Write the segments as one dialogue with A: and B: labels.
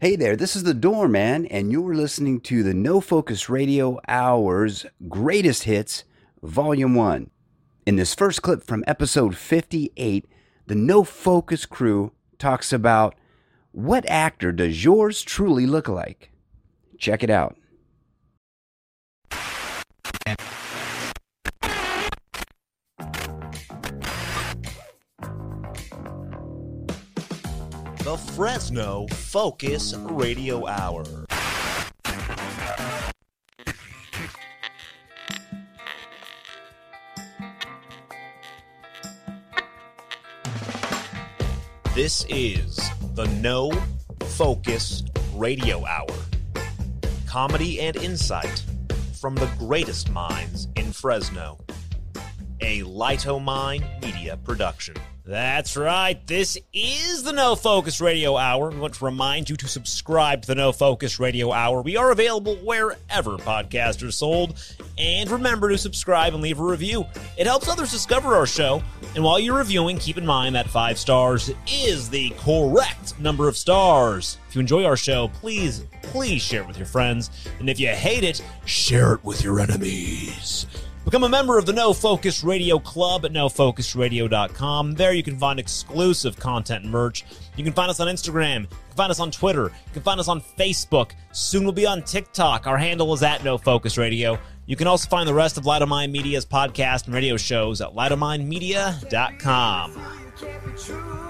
A: Hey there, this is the Doorman, and you're listening to the No Focus Radio Hour's Greatest Hits, Volume 1. In this first clip from episode 58, the No Focus crew talks about what actor does yours truly look like? Check it out.
B: The Fresno Focus Radio Hour. This is the No Focus Radio Hour. Comedy and insight from the greatest minds in Fresno a Lightomine Media production. That's right. This is the No Focus Radio Hour. We want to remind you to subscribe to the No Focus Radio Hour. We are available wherever podcasts are sold. And remember to subscribe and leave a review. It helps others discover our show. And while you're reviewing, keep in mind that five stars is the correct number of stars. If you enjoy our show, please, please share it with your friends. And if you hate it, share it with your enemies. Become a member of the No Focus Radio Club at nofocusradio.com. There you can find exclusive content and merch. You can find us on Instagram. You can find us on Twitter. You can find us on Facebook. Soon we'll be on TikTok. Our handle is at No Focus Radio. You can also find the rest of Light of Mind Media's podcast and radio shows at lightomindmedia.com.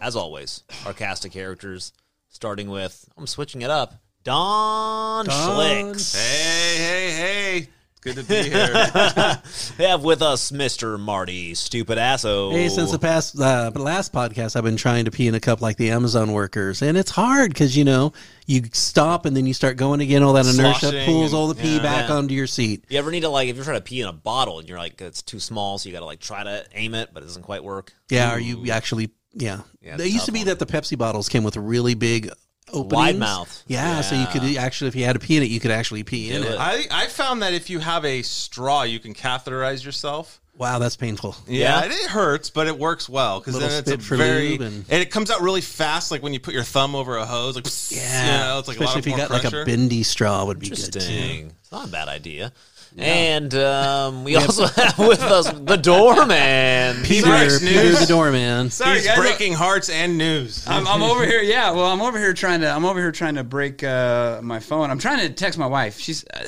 B: As always, our cast of characters, starting with, I'm switching it up, Don, Schlicks.
C: Hey, hey, hey. It's Good to be here.
B: We have with us Mr. Marty Stupid Asso.
D: Hey, since the past uh, the last podcast, I've been trying to pee in a cup like the Amazon workers, and it's hard because you know you stop and then you start going again. All that inertia
C: Sloshing
D: pulls
C: and-
D: all the pee
C: yeah.
D: back
B: Yeah.
D: onto your seat.
B: You ever need to like if you're trying to pee in a bottle and you're like it's too small, so you got to like try to aim it, but it doesn't quite work.
D: Yeah, are you actually? Yeah,
B: Yeah, it's
D: they
B: a
D: used
B: tough
D: to be
B: one.
D: that the Pepsi bottles came with really big openings.
B: mouth.
D: Yeah, so you could actually, if you had a pee in it, you could actually pee in
B: Do
D: it.
B: it.
C: I, I found that if you have a straw, you can catheterize yourself.
D: Wow, that's painful.
B: Yeah?
C: and it hurts, but it works well because
D: Little
C: then it's a
D: spit for
C: very
D: lube
C: and
D: and-
C: it comes out really fast. Like when you put your thumb over a hose, like psst,
D: Yeah,
C: you know, it's like
D: especially if
C: a
D: you
C: lot
D: got
C: more pressure.
D: like a bendy straw, would be good too.
B: Interesting. It's not a bad idea. And um, we also have with us the doorman.
D: Peter,
C: Sorry,
D: Peter
C: snooze.
D: the doorman.
C: Sorry,
E: He's
C: guys,
E: breaking
C: breaking hearts and news.
E: I'm, I'm over here. Yeah, well, I'm over here trying to. I'm over here trying to break uh, my phone. I'm trying to text my wife. She's, uh,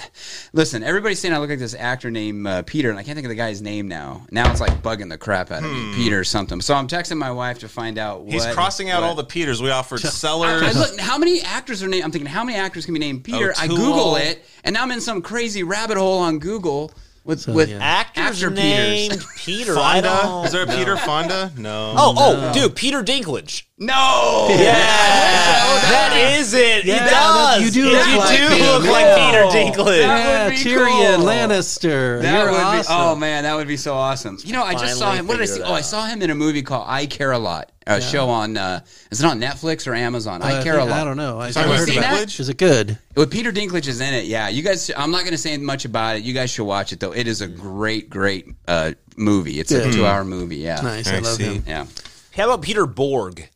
E: listen. Everybody's saying I look like this actor named uh, Peter, and I can't think of the guy's name now. Now it's like bugging the crap out of me, Peter or something. So I'm texting my wife to find out. What,
C: Hmm. He's crossing out
E: what-
C: all the Peters. We offered
E: I, I
C: sellers.
E: look, how many actors are named? I'm thinking, how many actors can be named Peter? I
C: O'Toole.
E: Google it, and now I'm in some crazy rabbit hole on Google with with
D: yeah.
B: Actors
E: actor
B: named
E: Peters.
B: Peter. I
C: Fonda?
B: don't.
C: Is there a Peter Fonda? No.
B: Oh, oh, dude, Peter Dinklage.
E: No.
B: Yeah, Oh, that is it.
D: Yeah,
B: he
D: that-
B: does.
D: you do
B: You
D: look like
B: do
D: Peter
B: look like Peter
E: Dinklage.
B: Dinklage.
E: That
D: Yeah,
E: would be
D: Tyrion
E: cool.
D: Lannister.
E: That
D: You're
E: would
D: awesome.
E: be. Oh man, that would be so awesome. You know, I just saw
B: Finally
E: him. What did I
B: figured
E: see?
B: it
E: Oh, I
B: out.
E: saw him in a movie called I Care a Lot, a show on. Uh, is it on Netflix or Amazon? I Care a
D: think-
E: Lot.
D: Uh, I don't know. I, I
C: talking about
D: heard about
E: Dinklage?
D: it. Is it good?
E: Well, Peter Dinklage is in it. Yeah, you guys. I'm not going to say much about it. You guys should watch it though. It is a great, great uh, movie. It's a
D: Good.
E: two hour movie. Yeah.
D: Nice.
C: I
D: I love
C: see.
D: him.
E: Yeah.
B: How about Peter Borg?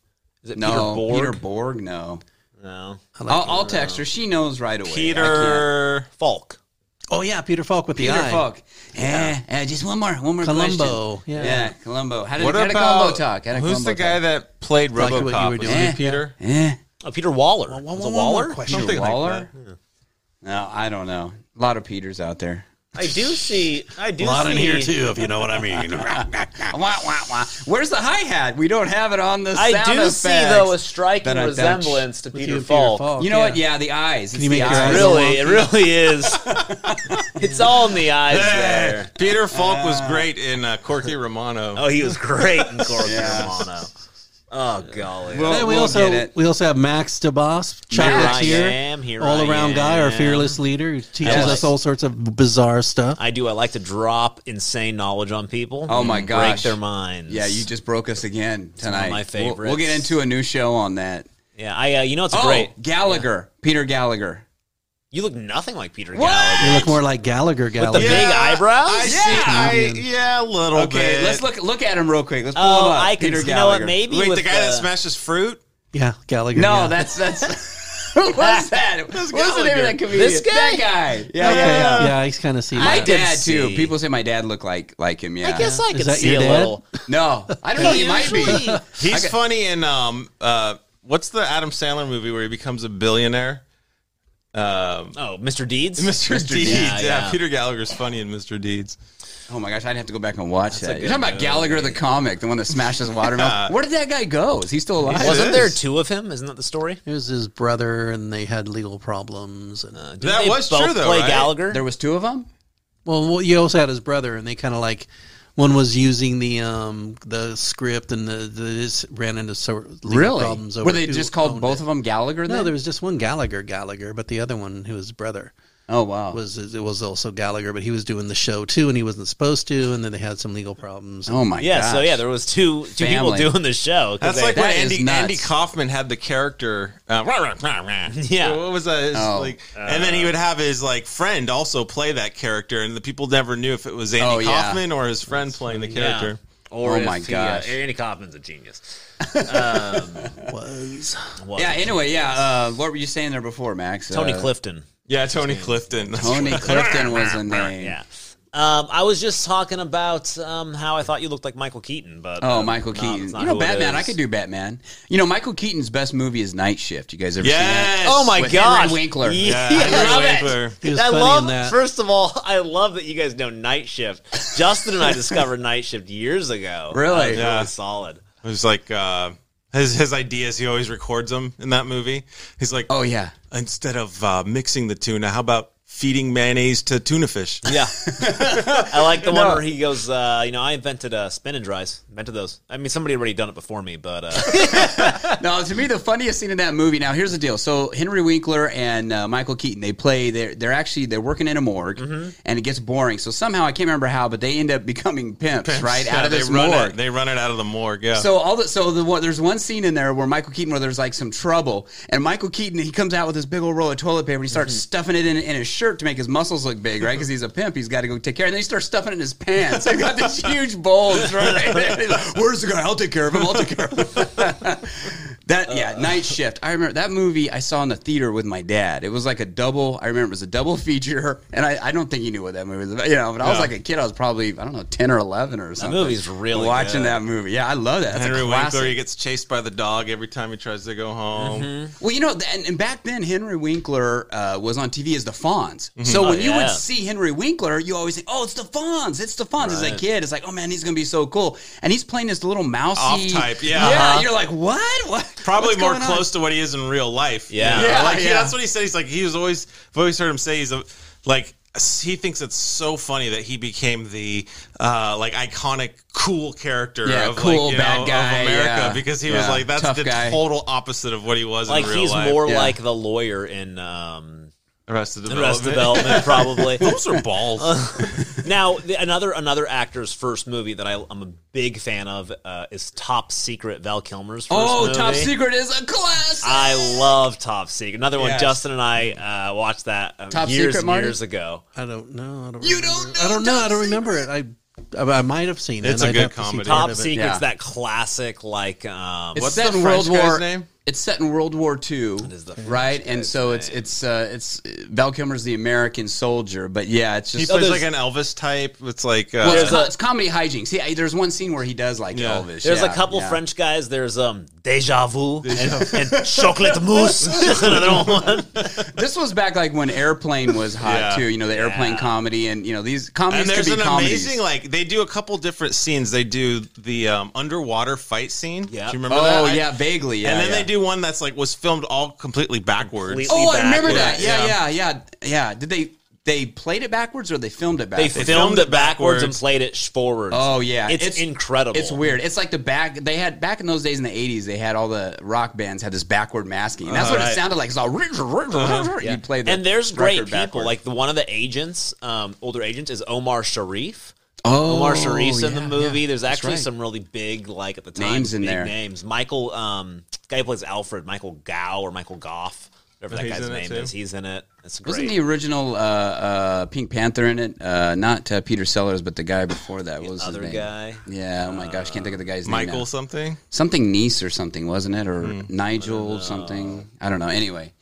B: Is it
E: No,
B: Peter Borg?
E: Peter Borg. No.
B: no,
E: I'll, I'll text
D: uh,
E: her. She knows right away. I can't-
C: Peter.
B: Falk.
D: Oh yeah, Peter Falk with
E: Peter
D: the eye.
E: Falk. Yeah. Eh, just one more. One more.
D: Columbo,
E: question.
D: yeah.
E: Yeah. Columbo. How did,
C: What
E: how did Columbo
C: about
E: talk? How did
C: who's
E: Columbo
C: the guy
E: talk?
C: that played
D: Like what you
C: RoboCop?
D: were
C: Was
D: doing.
C: it
E: Eh,
C: Peter?
E: Eh.
B: Oh, Peter Waller.
D: one-
B: Is it
D: one more
B: Waller?
D: question.
C: Something like
E: Waller?
C: that.
E: No, I don't know. A lot of Peters out there.
B: I do see. I do
D: A lot
B: see
D: in here too, if you know what I mean.
E: Wah, wah, wah. Where's the hi hat? We don't have it on the.
B: I
E: sound
B: do
E: effects.
B: see though a striking
E: That I
B: resemblance to
D: With
B: Peter
D: you,
B: Falk.
E: You know what? Yeah, the eyes. It's
D: you
E: the
D: make your
E: eyes.
D: eyes
B: Really, it really is. it's all in the eyes
C: Eh,
B: there.
C: Peter Falk was great in uh, Corky Romano.
B: Oh, he was great in Corp Romano. Oh golly.
E: Well,
D: Then we
E: we'll get
D: also
E: it.
D: we also have Max DeBoss,
B: Here I
D: chocolatier,
B: am. Here
D: all
B: I
D: around guy, our
B: am.
D: fearless leader who teaches
B: like-
D: us all sorts of bizarre stuff.
B: I do. I like to drop insane knowledge on people.
E: Oh, my
B: and Break
E: gosh.
B: their minds.
E: Yeah, you just broke us again
B: one of
E: tonight.
B: my
E: We'll- We'll,
B: favorites.
E: get into a new show on that.
B: Yeah, I. Uh, you know, it's
E: Oh,
B: great.
E: Gallagher, Peter Gallagher.
B: You look nothing like Peter
E: What?
B: Gallagher.
D: You look more like Gallagher.
B: With the
D: Gallagher.
B: big eyebrows?
C: I
D: Yeah.
C: see. I, yeah, a little
E: Okay,
C: bit.
E: let's look look at him real quick. Let's pull
B: Oh,
E: him up.
B: I could.
E: Peter
B: You know what?
E: Gallagher.
B: Maybe
C: Wait,
B: with
C: the guy that smashes fruit?
D: Yeah, Gallagher.
E: No,
D: yeah.
E: that's that's. Who was that? What was the name of that
C: Gallagher.
E: comedian?
B: This guy?
E: That guy. Yeah,
D: Okay,
E: yeah, yeah.
D: yeah. I kind of see
E: My
D: that.
B: did
E: dad too.
B: see.
E: People say my dad looked like like him. Yeah.
B: I guess I
D: Is
B: could
D: that
B: see
D: your
B: a
D: dad?
B: little.
E: No, I don't know. He might be.
B: Usually-
C: He's funny in um uh what's the Adam Sandler movie where he becomes a billionaire? Um
B: Oh, Mr. Deeds?
C: Mr. Deeds.
B: Yeah,
C: Yeah,
B: yeah.
C: Peter Gallagher's funny in Mr. Deeds.
E: Oh my gosh, I'd have to go back and watch that. You're
B: good
E: talking about
B: movie.
E: Gallagher the comic, the one that smashes watermelon. Where did that guy go? Is he still alive?
C: He's-
B: Wasn't there two of him? Isn't that the story?
D: It was his brother, and they had legal problems. And uh,
B: Didn't
C: That
B: they
C: was
B: both
C: true, though,
B: Play
C: right?
B: Gallagher.
E: There was two of them.
D: well, well, you also had his brother, and they kind of like one was using the um the script, and the, the this ran into sort of legal problems. Over
E: Were they
D: who
E: just called
D: owned
E: both
D: it.
E: of them Gallagher? Then?
D: No, there was just one Gallagher, Gallagher, but the other one who was his brother
E: Oh wow.
D: was it was also Gallagher, but he was doing the show too, and he wasn't supposed to, and then they had some legal problems.
E: oh my.
B: yeah, so
E: gosh.
B: yeah, there was two two
E: Family.
B: people doing the show. 'cause
C: That's like
E: that
C: when
E: is
C: Andy
E: nuts.
C: Andy Kaufman had the character. Uh, rah, rah, rah, rah.
B: Yeah.
C: what was that? It's
E: Oh.
C: like, and then he would have his like friend also play that character, and the people never knew if it was Andy
E: Oh, yeah.
C: Kaufman or his friend playing the
B: Yeah.
C: character.
B: Or
E: Oh
B: if
E: my
B: he, uh,
E: gosh.
B: Andy Kaufman's a genius. Um,
D: Was
B: Was
E: Yeah.
B: a
E: Anyway, yeah. Uh, what were you saying there before, Max?
B: Tony
E: Uh,
B: Clifton.
C: Yeah, Tony Clifton. That's
E: Tony
C: right.
E: Clifton was a name.
B: Yeah. Um, I was just talking about um, how I thought you looked like Michael Keaton, but
E: Oh,
B: um,
E: Michael
B: no,
E: Keaton.
B: that's not
E: you know
B: who it
E: Batman.
B: is.
E: I could do Batman. You know Michael Keaton's best movie is Night Shift. You guys ever seen that?
C: Yes.
B: Oh my
E: With
B: gosh,
E: Henry Winkler.
B: Yeah,
C: Yeah,
B: I love
C: Henry
B: it.
C: Winkler.
D: He was
B: I
D: funny
B: love.
D: in that.
B: First of all, I love that you guys know Night Shift. Justin and I discovered Night Shift years ago.
E: Really?
B: That was
C: Yeah.
B: really solid.
C: It was like uh, his his ideas. He always records them in that movie. He's like,
E: Oh yeah.
C: instead of uh, mixing the tuna, how about feeding mayonnaise to tuna fish?
B: Yeah, I like the one where he goes. Uh, you know, I invented uh, spin and dries. Invented those. I mean, somebody already done it before me, but uh,
E: No, to me the funniest scene in that movie. Now here's the deal. So Henry Winkler and uh, Michael Keaton, they play. They're they're actually they're working in a morgue,
C: Mm-hmm.
E: and it gets boring. So somehow I can't remember how, but they end up becoming pimps, right out
C: Yeah,
E: of this
C: they run
E: morgue.
C: It, they run it out of the morgue. Yeah.
E: So all the so the one, there's one scene in there where Michael Keaton where there's like some trouble and Michael Keaton he comes out with this big old roll of toilet paper and he
C: Mm-hmm.
E: starts stuffing it in, in his shirt to make his muscles look big right because he's a pimp he's got to go take care and then he starts stuffing it in his pants he's got this huge bulge right there. He's like, where's the guy I'll take care of him I'll take care of him that yeah
C: Uh.
E: night shift I remember that movie I saw in the theater with my dad it was like a double I remember it was a double feature and I, I don't think he knew what that movie was about you know but I was
C: Yeah.
E: like a kid I was probably I don't know ten or eleven or something
B: movie's really
E: watching
B: good.
E: that movie yeah I love that That's
C: Henry
E: a
C: Winkler,
E: classic.
C: he gets chased by the dog every time he tries to go home.
B: Mm-hmm.
E: Well, you know, th- and, and back then Henry Winkler uh, was on TV as the Fonz.
C: Mm-hmm.
E: So
C: Oh,
E: when you
B: yeah.
E: would see Henry Winkler, you always think, "Oh, it's the Fonz! It's the Fonz!" As a
B: Right.
E: kid, it's like, "Oh man, he's gonna be so cool!" And he's playing this little mousey
C: Off type, yeah.
E: Yeah,
C: Uh-huh.
E: you're like, "What? What?"
C: Probably
E: what's
C: more
E: going on?"
C: close to what he is in real life. you
B: Yeah.
C: know?
E: Yeah,
C: like he-
E: yeah.
C: that's what he said. He's like he was always. I've always heard him say he's a like he thinks it's so funny that he became the uh like iconic cool character
E: Yeah,
C: of
E: cool
C: like you
E: bad
C: know,
E: guy,
C: of America
E: yeah.
C: because he was
E: Yeah,
C: like that's
E: tough
C: the
E: guy.
C: total opposite of what he was
B: like
C: in real
B: he's
C: life.
B: more
E: Yeah.
B: like the lawyer in um,
C: Arrested Development.
B: Arrested Development, probably.
C: Oh, Those are balls.
B: Now, the, another another actor's first movie that I, I'm a big fan of uh, is Top Secret. Val Kilmer's first
E: Oh,
B: movie.
E: Top Secret is a classic.
C: Uh,
B: I love Top Secret. Another one.
C: Yes.
B: Justin and I uh, watched that uh,
E: Top
B: years
E: Secret,
B: and
E: Marty?
B: years ago.
D: I don't know. I don't
E: You
D: remember.
E: don't
D: I don't know.
E: know
D: I don't remember it. I I, I might have seen it.
C: It's a
D: I'd
C: good
D: have to see
C: comedy.
D: part
B: Top
D: of it.
B: Secret's
E: Yeah.
B: that classic, like um,
E: It's
C: What's
E: set
C: the
E: in
C: French
E: World War.
C: guy's name?
E: It's set in World War II,
B: is the
E: right? And so it's it's uh, it's Val Kilmer's the American soldier, but yeah, it's
C: he
E: just
C: plays
B: there's-
C: like an Elvis type. It's like uh,
E: Well, it's,
B: There's
E: co-
B: a-
E: it's comedy hijinks. He, I- there's one scene where he does like
C: Yeah.
E: Elvis.
B: There's
E: yeah,
B: a couple
E: yeah.
B: French guys. There's um Deja Vu and, and Chocolate Mousse. That's another one.
E: This was back like when Airplane was hot
C: Yeah.
E: too. You know the Airplane comedy, and you know these comedies
C: and there's
E: could
C: an
E: be comedies.
C: amazing like they do a couple different scenes. They do the um, underwater fight scene.
B: Yeah.
C: do you remember that?
E: oh
C: I-
E: yeah, vaguely. Yeah,
C: and then
E: yeah.
C: they do one that's like was filmed all completely backwards.
B: Completely.
E: Oh, I
B: backwards.
E: remember that. Yeah, yeah,
C: Yeah.
E: yeah, yeah, Did they they played it backwards or they filmed it
B: They
E: backwards?
B: filmed,
C: filmed
B: it
C: it
B: backwards and
C: backwards.
B: played it sh- forwards.
E: Oh yeah,
B: it's, incredible.
E: It's weird. It's like the back. They had back in those days in the '80s. They had all the rock bands had this backward masking. And that's what it
C: Right.
E: sounded like. It's all you play
B: Uh-huh.
E: the
B: and there's great
E: record
B: people.
E: backward.
B: Like the one of the agents, um, older agents, is Omar Sharif.
E: Oh,
B: Omar Sharif in the
E: yeah,
B: movie.
E: yeah.
B: There's
E: That's
B: actually
E: right.
B: some really big, like at the time,
E: Names in
B: big
E: there.
B: Names. Michael, um, guy who plays Alfred, Michael Gow or Michael Goff. Whatever that
C: Oh, He's
B: guy's
C: in it,
B: name
C: too?
B: is, he's in it. It's great.
E: Wasn't the original uh, uh, Pink Panther in it? Uh, not uh, Peter Sellers, but the guy before that. What was
B: other
E: his name?
B: guy?
E: Yeah. Oh my gosh, can't think of the guy's name.
C: Michael
E: now.
C: something.
E: something Nice or something, wasn't it? Or
B: Hmm.
E: Nigel something? I don't know. Anyway,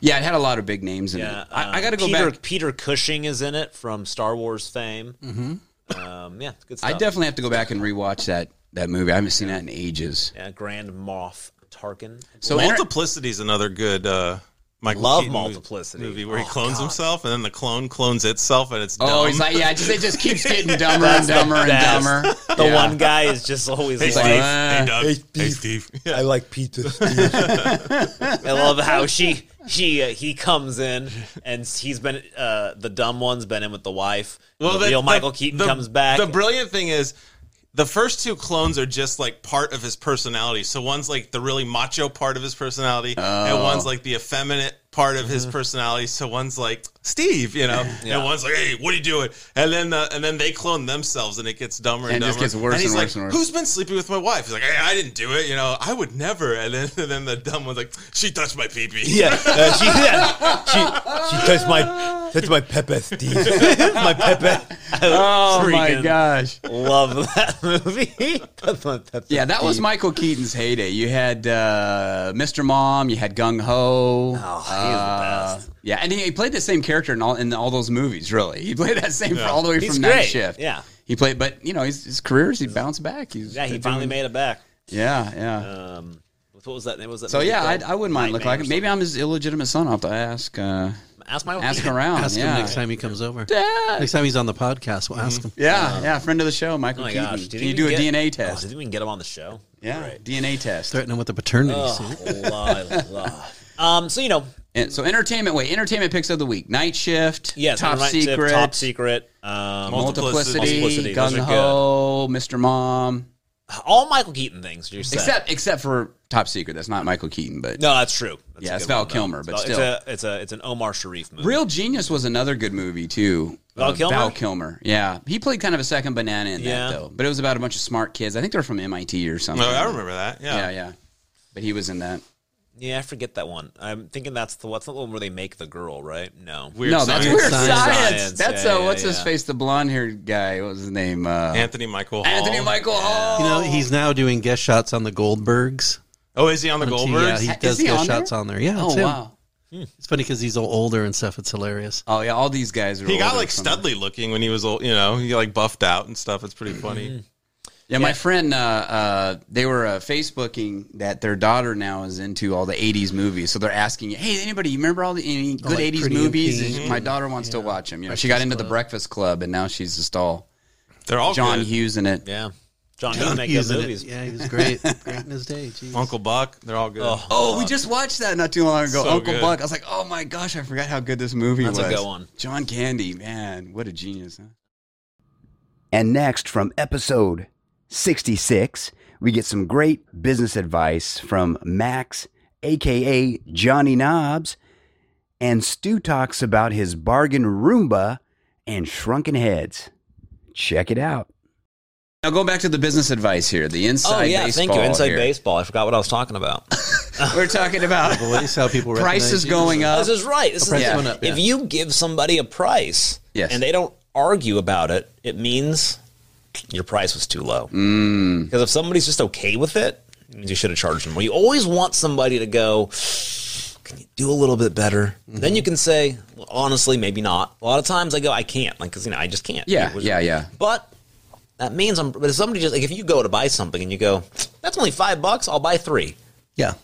E: yeah, it had a lot of big names in
B: Yeah,
E: it. I, I
B: um,
E: got to go
B: Peter,
E: back.
B: Peter Cushing is in it from Star Wars fame. Mm-hmm. Um, yeah, it's good stuff.
E: I definitely have to go back and rewatch that that movie. I haven't seen that in ages.
B: yeah, Grand Moff Tarkin.
E: So inter-
C: Multiplicity is another good uh, Michael
B: Love
C: Keaton movie-
B: Multiplicity.
C: movie where he
B: Oh,
C: clones
B: God.
C: himself and then the clone clones itself and it's dumb.
E: oh, he's like, yeah, it just, it just keeps getting dumber and dumber and
B: best.
E: dumber.
B: The
E: Yeah.
B: one guy is just always
C: hey,
B: like,
C: Steve.
E: uh,
C: hey, Doug. Hey, Steve.
F: I like pizza.
B: I love how she she uh, he comes in and he's been uh, the dumb one's been in with the wife. the,
C: the-
B: real
C: the-
B: Michael Keaton
C: the-
B: comes back.
C: The brilliant thing is the first two clones are just like part of his personality. So one's like the really macho part of his personality,
E: Oh.
C: and one's like the effeminate part of
B: Mm-hmm.
C: his personality. So one's like Steve, you know, and one's like, hey, what are you doing? And then the, and then they clone themselves, and it gets dumber and,
E: And it
C: dumber.
E: just gets worse
C: he's
E: and
C: like,
E: worse and worse.
C: Who's been sleeping with my wife? He's like, hey, I didn't do it. You know, I would never. And then and then the dumb one's like, she touched my pee pee.
F: Yeah, uh, she, yeah, she she touched my touched my pepe, Steve. my pepe.
E: Oh my
B: Freaking
E: gosh.
B: Love that movie. That's my- that's-
E: Yeah, that was Michael Keaton's heyday. You had uh, Mr. Mom, you had Gung Ho. uh,
B: Oh, he's the best.
E: Yeah, and he, he played the same character in all in all those movies. Really, he played that same all the way
B: He's
E: from Night
B: great,
E: Shift.
B: yeah.
E: he played, but you know, his, his careers he bounced back. He's
B: Yeah, he
E: doing-
B: finally made it back.
E: Yeah, yeah.
B: Um, what was that? What was that
E: so
B: movie
E: yeah,
B: called?
E: I, I wouldn't mind looking
B: Nightmare
E: like him. Maybe I'm his illegitimate son. I'll have to ask uh,
B: or something. ask my
E: ask around.
D: Ask
E: yeah.
D: him next time he comes over.
E: Yeah.
D: Next time he's on the podcast, we'll
C: Mm-hmm.
D: ask him.
E: Yeah, yeah, friend of the show, Michael
B: Oh my
E: Keaton.
B: gosh!
E: Can
B: did
E: you
B: we
E: do a
B: get-
E: DNA
B: Oh,
E: test?
B: didn't we get him on the show?
E: yeah, DNA test.
D: Threaten him with a paternity
B: Oh,
D: suit.
B: la, la. Um, so you know,
E: And so entertainment, wait, entertainment picks of the week: Night Shift,
B: yes,
E: Top
B: Midnight Tip,
E: Secret,
B: top secret. Um,
C: Multiplicity.
E: Multiplicity,
B: Multiplicity, those are
E: Gung Ho, Mr. Mom.
B: all Michael Keaton things. You're saying.
E: Except except for Top Secret, that's not Michael Keaton, but
B: no, that's true. That's
E: Yeah,
B: a
E: it's
B: good
E: Val
B: though.
E: Kilmer,
B: It's
E: but
B: Val- it's
E: still.
B: a, it's a it's an Omar Sharif movie.
E: Real Genius was another good movie too.
B: Val
E: Uh,
B: Kilmer?
E: Val Kilmer, yeah, he played kind of a second banana in
B: Yeah. Oh,
E: that though, but it was about a bunch of smart kids. I think they're from MIT or something.
C: No, Oh, I remember that.
E: Yeah, yeah, but he was in that.
B: Yeah, I forget that one. I'm thinking that's the what's the one where they make the girl, right? No,
C: Weird
E: no, that's weird science.
B: Science,
E: That's
B: yeah,
E: uh,
B: yeah,
E: what's his
B: yeah.
E: face, the blonde haired guy. What was his name? Uh,
C: Anthony Michael Hall.
E: Anthony Michael Hall.
D: You know, he's now doing guest shots on the Goldbergs.
C: Oh, is he on the
D: On T-
C: Goldbergs?
D: Yeah,
E: Is
D: he does
E: he
D: guest
E: on there?
D: shots on there. Yeah,
E: oh
D: it's him.
E: wow.
D: It's funny because he's all older and stuff. It's hilarious.
E: Oh yeah, all these guys are.
C: He got
E: older
C: like
E: from-
C: studly looking when he was old, you know, he like buffed out and stuff. It's pretty funny.
E: Yeah, my friend, uh, uh, they were uh, Facebooking that their daughter now is into all the 80s movies. So they're asking, hey, anybody, you remember all the any good
D: like
E: 80s
D: Pretty in
E: movies?
D: Pink.
E: And My daughter wants to watch them. You know, she got into The Breakfast Club, and now she's just all
C: They're all
E: John
C: Oh, good.
E: Hughes in it.
B: yeah, John Hughes make good
D: He's in it.
B: movies.
D: Yeah, he was great. great in his day. Jeez.
C: Uncle Buck, they're all good.
E: Oh, we just watched that not too long ago.
C: So
E: Uncle
C: good.
E: Buck. I was like, oh my gosh, I forgot how good this movie
B: That's a
E: was.
B: good one.
E: John Candy, man, what a genius. Huh?
A: And next from episode 66, we get some great business advice from Max, aka Johnny Knobs. And Stu talks about his bargain Roomba and shrunken heads. Check it out.
E: Now go back to the business advice here. The inside
B: Oh yeah,
E: baseball.
B: thank you. Inside
E: here.
B: baseball. I forgot what I was talking about.
E: We're talking about
D: Voice, how people recognize
E: prices
D: you.
E: going up.
B: this is right. This is
D: price
B: yeah.
D: went up, yeah.
B: If you give somebody a price
E: Yes.
B: and they don't argue about it, it means your price was too low. Because
E: Mm.
B: if somebody's just okay with it, it means you should have charged them more. You always want somebody to go, can you do a little bit better?
E: Mm-hmm.
B: Then you can say, well, honestly, maybe not. A lot of times I go, I can't, like, because you know, I just can't.
E: Yeah,
B: It was-
E: yeah, yeah.
B: But that means I'm. But if somebody just like, if you go to buy something and you go, that's only five bucks, I'll buy three.
D: Yeah.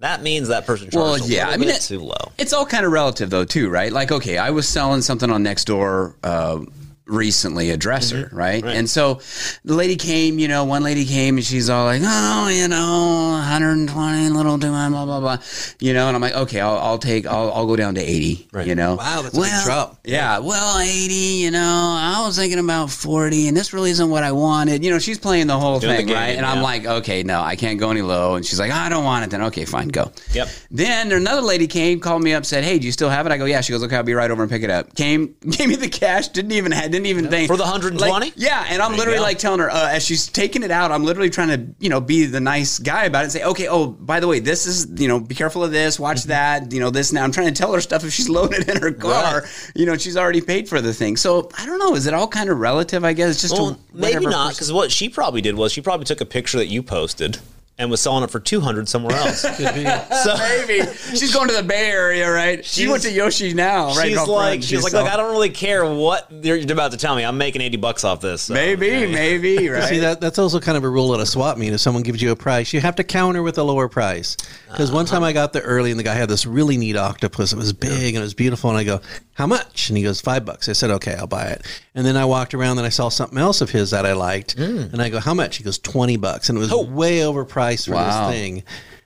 B: That means that person charged
E: Well,
B: a
E: yeah,
B: little
E: I mean,
B: bit
E: it-
B: too low.
E: It's all kind of relative, though, too, right? Like, okay, I was selling something on Nextdoor uh, recently, a dresser, right? And so the lady came, you know, one lady came and she's all like, oh, you know, 120, little do my blah, blah, blah, you know, and I'm like, okay, I'll, I'll take, I'll, I'll go down to 80, you know?
D: Wow, that's a big drop.
E: Yeah, well, 80, you know, I was thinking about 40, and this really isn't what I wanted. You know, she's playing the whole
B: Doing the
E: thing,
B: game,
E: right? And I'm
B: yeah.
E: like, okay, no, I can't go any low. And she's like, I don't want it then. Okay, fine, go.
B: Yep.
E: Then another lady came, called me up, said, "Hey, do you still have it?" I go, "Yeah." She goes, "Okay, I'll be right over and pick it up." Came, gave me the cash. Didn't even had, didn't even think
B: For the 120?
E: Like, yeah, and I'm literally
B: go.
E: like telling her uh, as she's taking it out, I'm literally trying to you know be the nice guy about it. and Say, okay, oh by the way, this is you know be careful of this, watch
B: Mm-hmm.
E: that, you know this. Now I'm trying to tell her stuff if she's loaded in her car, you know she's already paid for the thing. So I don't know. Is it all kind of relative? I guess it's just
B: Well,
E: to
B: maybe
E: whatever
B: not,
E: person-
B: because what she probably did was she probably took a picture that you posted and was selling it for 200 somewhere else. so
E: Maybe she's going to the Bay Area, right? She went to Yoshi now, right?
B: she's
E: Golf
B: like,
E: Road,
B: she's like,
E: so-
B: look, I don't really care what you're about to tell me. I'm making 80 bucks off this. so.
E: Maybe, maybe, right?
D: See that that's also kind of a rule at a swap meet. If someone gives you a price, you have to counter with a lower price. Because one
E: Uh-huh.
D: time I got there early and the guy had this really neat octopus. It was big and it was beautiful. And I go, "How much?" And he goes, five bucks." I said, "Okay, I'll buy it." And then I walked around and I saw something else of his that I liked,
E: Mm.
D: and I go, "How much?" He goes, 20 bucks," and it was way overpriced for
E: Oh. Wow.
D: this thing.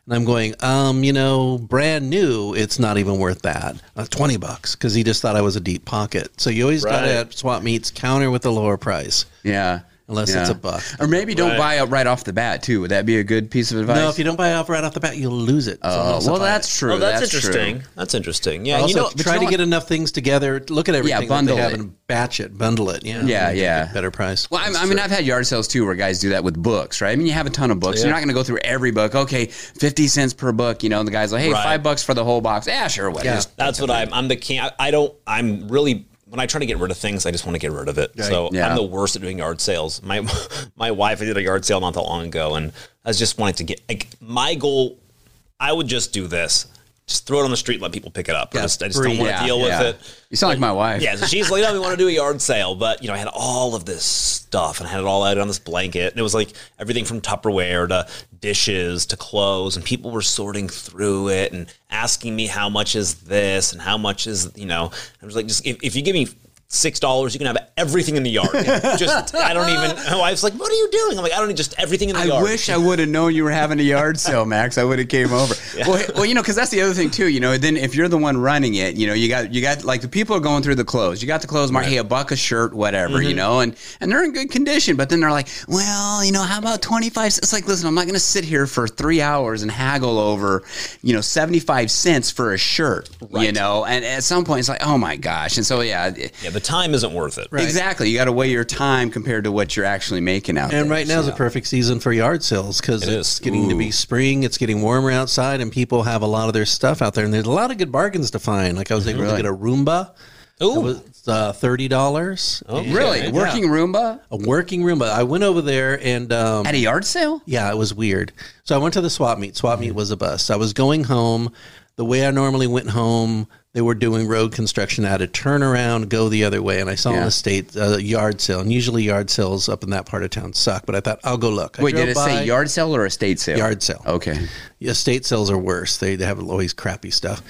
D: And I'm going, um, you know, brand new, it's not even worth that. Uh, 20 bucks. Cause he just thought I was a deep pocket. So you always got
B: Right.
D: to at swap meets counter with a lower price.
E: Yeah.
D: Unless
E: Yeah.
D: it's a buck.
E: Or maybe don't
B: Right.
E: buy it right off the bat too. Would that be a good piece of advice?
D: No, if you don't buy it off right off the bat, you'll lose it. Someone
E: Uh,
D: else will
E: well,
D: buy it.
E: that's true.
B: Oh, that's,
E: true.
B: interesting. That's interesting. Yeah,
D: Also,
B: you know,
D: try to get enough things together. Look at everything
E: bundle
D: that they have
E: it.
D: and batch it, bundle it. Yeah,
E: Yeah,
D: and get
E: yeah.
D: a Better price.
E: Well, I, I mean, I've had yard sales too, where guys do that with books, right? I mean, you have a ton of books. You're not going to go through every book. Okay, fifty cents per book. You know, and the guy's like, "Hey,
B: Right.
E: five bucks for the whole box." Yeah, sure. What?
D: Yeah.
E: Just-
B: That's what I'm. I'm the king. I, I don't. I'm really. When I try to get rid of things, I just want to get rid of it. So
E: Yeah.
B: I'm the worst at doing yard sales. My my wife I did a yard sale not that long ago, and I was just wanting to get like my goal. I would just do this. Just throw it on the street, let people pick it up. I just, I just don't want to
E: Yeah,
B: deal
E: yeah.
B: with it.
E: You sound like my wife.
B: Yeah, so she's like, "Oh, we want to do a yard sale," but you know, I had all of this stuff and I had it all out on this blanket, and it was like everything from Tupperware to dishes to clothes, and people were sorting through it and asking me how much is this and how much is you know. I was like, just if, if you give me. Six dollars, you can have everything in the yard. Just I don't even. My wife's like, "What are you doing?" I'm like, "I don't need just everything in the
E: I
B: yard."
E: wish I would have known you were having a yard sale, Max. I would have came over. Well, hey- well, you know, because that's the other thing too. You know, then if you're the one running it, you know, you got you got like the people are going through the clothes. You got the clothes, mark, hey, a buck a shirt, whatever, you know, and and they're in good condition. But then they're like, well, you know, how about twenty five? It's like, listen, I'm not going to sit here for three hours and haggle over, you know, seventy five cents for a shirt, you know. And at some point, it's like, oh my gosh. And so yeah,
B: Yeah, the time isn't worth it.
E: exactly. You got to weigh your time compared to what you're actually making out.
D: and
E: there.
D: right now is a perfect season for yard sales because
B: It
D: it's
B: is.
D: getting to be spring. It's getting warmer outside, and people have a lot of their stuff out there. And there's a lot of good bargains to find. Like I
E: Mm-hmm.
D: was able to get a Roomba.
B: Ooh.
D: It was uh, thirty dollars. Oh,
E: Really, working Roomba
D: A working Roomba. I went over there and um,
E: at a yard sale?
D: Yeah, it was weird. So I went to the swap meet. Swap
E: Mm-hmm.
D: meet was a bust. I was going home. The way I normally went home, they were doing road construction. I had to turn around, go the other way, and I saw
E: Yeah.
D: an estate uh, yard sale. And usually yard sales up in that part of town suck, but I thought I'll go look. I
E: Wait, did
D: drove
E: it
D: by.
E: say yard sale or estate sale?
D: Yard sale.
E: Okay.
D: Estate sales are worse. They, they have always crappy stuff.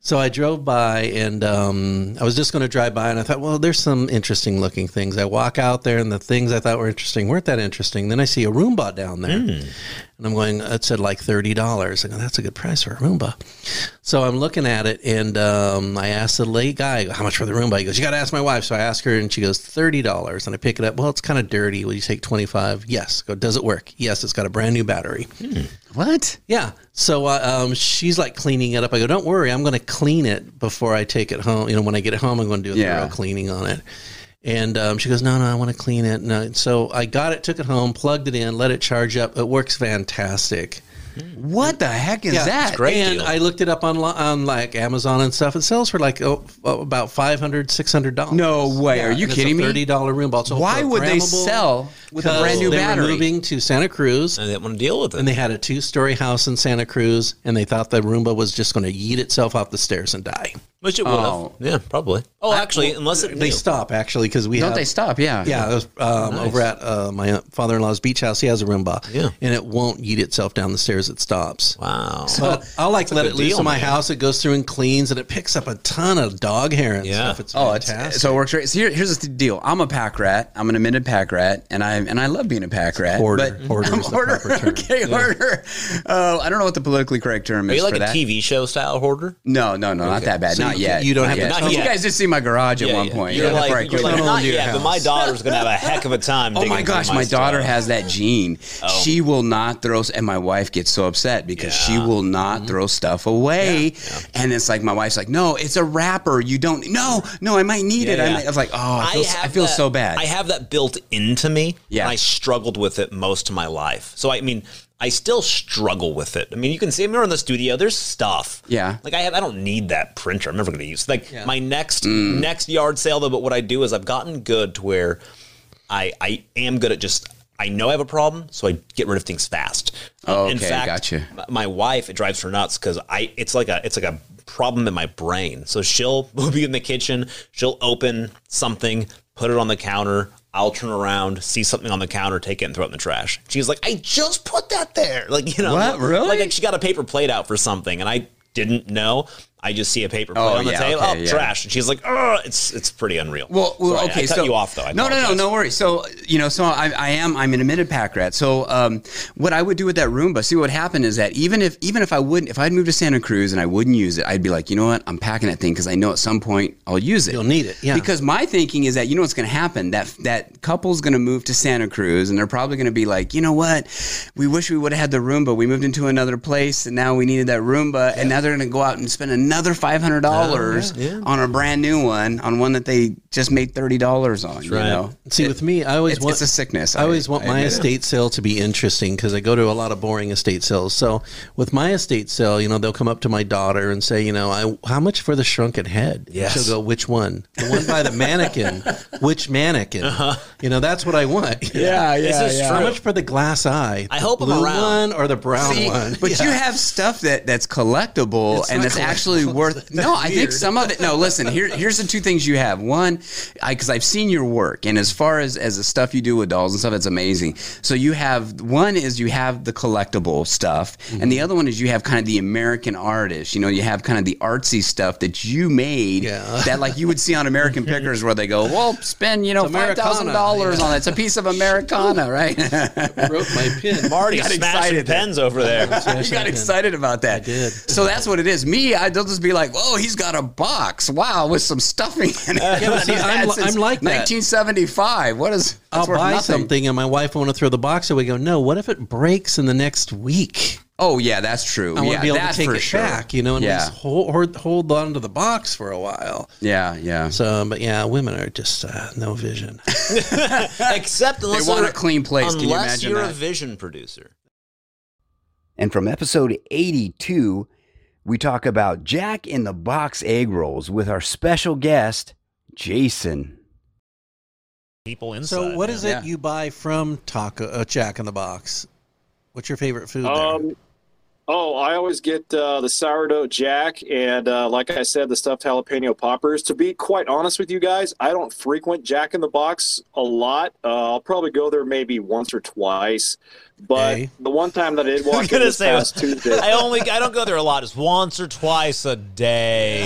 D: So I drove by and um, I was just going to drive by and I thought, well, there's some interesting looking things. I walk out there and the things I thought were interesting weren't that interesting. Then I see a Roomba down there and I'm going, it said like $30. I go, that's a good price for a Roomba. So I'm looking at it and um, I asked the late guy, I go, how much for the Roomba? He goes, you got to ask my wife. So I ask her and she goes, $30. And I pick it up. Well, it's kind of dirty. Will you take 25? Yes. I go, does it work? Yes. It's got a brand new battery.
E: What?
D: Yeah. So uh, um, she's like cleaning it up. I go, don't worry, I'm going to clean it before I take it home. You know, when I get it home, I'm going to do a
E: Yeah.
D: thorough cleaning on it. And um, she goes, no, no, I want to clean it. No. So I got it, took it home, plugged it in, let it charge up. It works fantastic.
E: What the heck is that?
B: great
D: and
B: deal.
D: I looked it up on, li- on like Amazon and stuff. It sells for like oh, oh, about $500, $600.
E: No way. Are
D: and
E: you
D: it's a
E: kidding me?
D: $30 room ball.
E: Why would they sell with a brand new
D: they
E: battery?
D: Were moving to Santa Cruz.
B: I didn't want to deal with it.
D: and they had a two story house in Santa Cruz, and they thought the Roomba was just going to yeet itself off the stairs and die.
B: Which it would
E: Oh.
B: have. Yeah, probably. Oh, actually, unless it,
D: They stop actually because we
E: Don't
D: have,
E: they stop? Yeah.
D: Yeah, it was, um, over at uh, my father in law's beach house, he has a Roomba,
B: Yeah.
D: and it won't yeet itself down the stairs. It stops.
B: Wow.
D: But I'll like let
B: good
D: it loose
B: deal,
D: in my
B: man.
D: house. It goes through and cleans, and it picks up a ton of dog hair and
B: Yeah.
D: stuff. It's
E: Oh,
D: fantastic.
E: it's, so it works great. So here, here's the deal. I'm a pack rat. I'm an admitted pack rat, and I and I love being a pack rat.
D: Hoarder.
E: but
D: Hoarder
E: I'm
D: is the
E: hoarder.
D: proper term.
E: Okay, hoarder. Uh, I don't know what the politically correct term
B: Are
E: is
B: you like
E: for
B: a
E: that.
B: TV show style hoarder?
E: No, no, no, not that bad.
D: So
E: not
D: you
E: Not yet.
D: You don't have to.
E: yet.
B: Not
E: But You
B: yet.
E: guys did see my garage at one point.
B: You're
E: Yeah,
B: like,
E: before I
B: you're
E: quit.
B: like,
D: Coming
B: not
D: on to your
B: yet, but my
D: house."
B: daughter's gonna have a heck of a time.
E: Oh
B: digging
E: my
B: through
E: gosh, my daughter
B: stuff. Oh.
E: has that gene. She will not throw, and my wife gets so upset because she will not
B: Mm-hmm.
E: throw stuff away. And it's like my wife's like, "No, it's a wrapper. You don't. No, no, I might need it." I,
B: yeah.
E: might, I was like, "Oh, I feel, so, I
B: have
E: feel
B: that-
E: so bad."
B: I have that built into me.
E: Yeah.
B: And I struggled with it most of my life. So, I mean, I still struggle with it. I mean, you can see me in the studio. There's stuff.
E: Yeah.
B: Like I have, I don't need that printer. I'm never going to use. Like my next
E: Mm.
B: next yard sale, though. But what I do is I've gotten good to where I I am good at just I know I have a problem, so I get rid of things fast.
E: Oh,
B: in
E: okay,
B: fact,
E: gotcha.
B: m- my wife it drives her nuts because I it's like a it's like a problem in my brain. So she'll will be in the kitchen, she'll open something, put it on the counter. I'll turn around, see something on the counter, take it and throw it in the trash. She's like, "I just put that there," like you know,
E: What? Really?
B: Like she got a paper plate out for something, and I didn't know. I just see a paper plate
E: Oh,
B: on the
E: yeah,
B: table,
E: okay,
B: oh,
E: yeah.
B: trash, and she's like, "Oh, it's it's pretty unreal."
E: Well, well
B: Sorry,
E: okay.
B: I cut
E: so
B: you off though. I
E: no, no, no,
B: apologize.
E: no worries. So you know, so I, I am I'm an admitted pack rat. So um, what I would do with that Roomba, see what happened is that even if even if I wouldn't if I'd moved to Santa Cruz and I wouldn't use it, I'd be like, you know what, I'm packing that thing because I know at some point I'll use it.
D: You'll need it, yeah.
E: Because my thinking is that you know what's going to happen that that couple's going to move to Santa Cruz and they're probably going to be like, you know what, we wish we would have had the Roomba. We moved into another place and now we needed that Roomba, and now they're going to go out and spend another five hundred dollars
D: Oh,
E: on a brand new one, on one that they just made thirty dollars on. You know,
D: See, with me, I always
E: it's-
D: want
E: it's a sickness.
D: I, always
E: I-
D: want
E: I
D: my
E: admit it.
D: estate sale to be interesting because I go to a lot of boring estate sales. So with my estate sale, you know, they'll come up to my daughter and say, you know, I how much for the shrunken head? Yeah,
B: Yes.
D: She'll go, which one? The one by the mannequin. which mannequin?
E: Uh-huh.
D: You know, that's what I want. Yeah,
B: This is
D: How
B: true.
D: much for the glass eye?
B: I
D: The
B: hope I'm
D: blue
B: around.
D: one or the brown
E: See,
D: one.
E: but you have stuff that that's collectible
D: It's
E: and
D: not
E: that's actually worth. no, I think
D: weird.
E: some of it. No, listen. Here, here's the two things you have. One, because I've seen your work, and as far as as the stuff you do with dolls and stuff, it's amazing. So you have one is you have the collectible stuff, and
D: Mm-hmm.
E: the other one is you have kind of the American artist. You know, you have kind of the artsy stuff that you made.
D: Yeah.
E: That like you would see on American Pickers where they go, well, spend you know
D: It's
E: five thousand
D: Americana,
E: dollars
D: yeah.
E: on it. It's a piece of Americana, right?
D: I wrote my pin.
B: Marty
E: got
B: smashing
E: excited there.
B: pens over there.
E: you got excited about that.
D: did.
E: So that's what it is. Me, I, they'll just be like, "Whoa, he's got a box! Wow, with some stuffing in it."
D: but see,
E: He's had
D: I'm-
E: since
D: I'm like that.
E: 1975. What is? that's
D: I'll
E: worth
D: buy
E: nothing.
D: something and my wife will want to throw the box away. Go, no, what if it breaks in the next week?
E: Oh yeah, that's true.
D: I want
E: yeah,
D: to be able
E: that
D: to take
E: for
D: it
E: sure.
D: back, you know, and
E: Yeah.
D: just hold, hold, hold on to the box for a while.
E: Yeah, yeah.
D: So, but yeah, women are just uh, no vision.
B: Except unless
E: want
B: they're-
E: a clean place. Can you
B: Unless
E: imagine
B: you're
E: that?
B: a vision producer.
A: And from episode 82, we talk about Jack in the Box egg rolls with our special guest, Jason.
B: People inside.
D: so, what is
E: yeah.
D: it you buy from Taco uh, Jack in the Box? What's your favorite food there?
G: Um, oh, I always get uh, the sourdough jack and, uh, like I said, the stuffed jalapeno poppers. To be quite honest with you guys, I don't frequent Jack in the Box a lot. Uh, I'll probably go there maybe once or twice. But
D: Hey.
G: the one time that I did
B: I was
G: walk in
B: gonna
G: this
B: say.
G: past Tuesday,
B: I only I don't go there a lot. It's once or twice a day.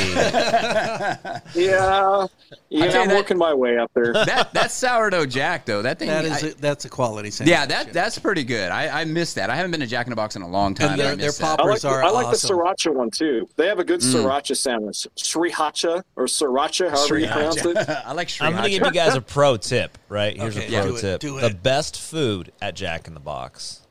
G: yeah, yeah,
E: tell you
G: I'm
E: that-
G: working my way up there.
E: that that's sourdough Jack though. That thing.
D: That is
E: I-
D: a, that's a quality sandwich.
E: yeah, that that's pretty good. I, I missed that. I haven't been to Jack in the Box in a long time.
D: their-
E: I miss
D: their
E: that.
G: I
D: pop-
G: like,
D: Poppers
G: the,
D: are
G: I like
D: awesome.
G: the sriracha one too. They have a good sriracha sandwich, sriracha or sriracha, however you pronounce it.
E: I like
B: I'm gonna give
E: sriracha.
B: you guys a pro tip. Right here's
D: Okay,
B: a pro
D: do it,
B: tip.
D: do
B: The
D: it.
B: best food at Jack in the Box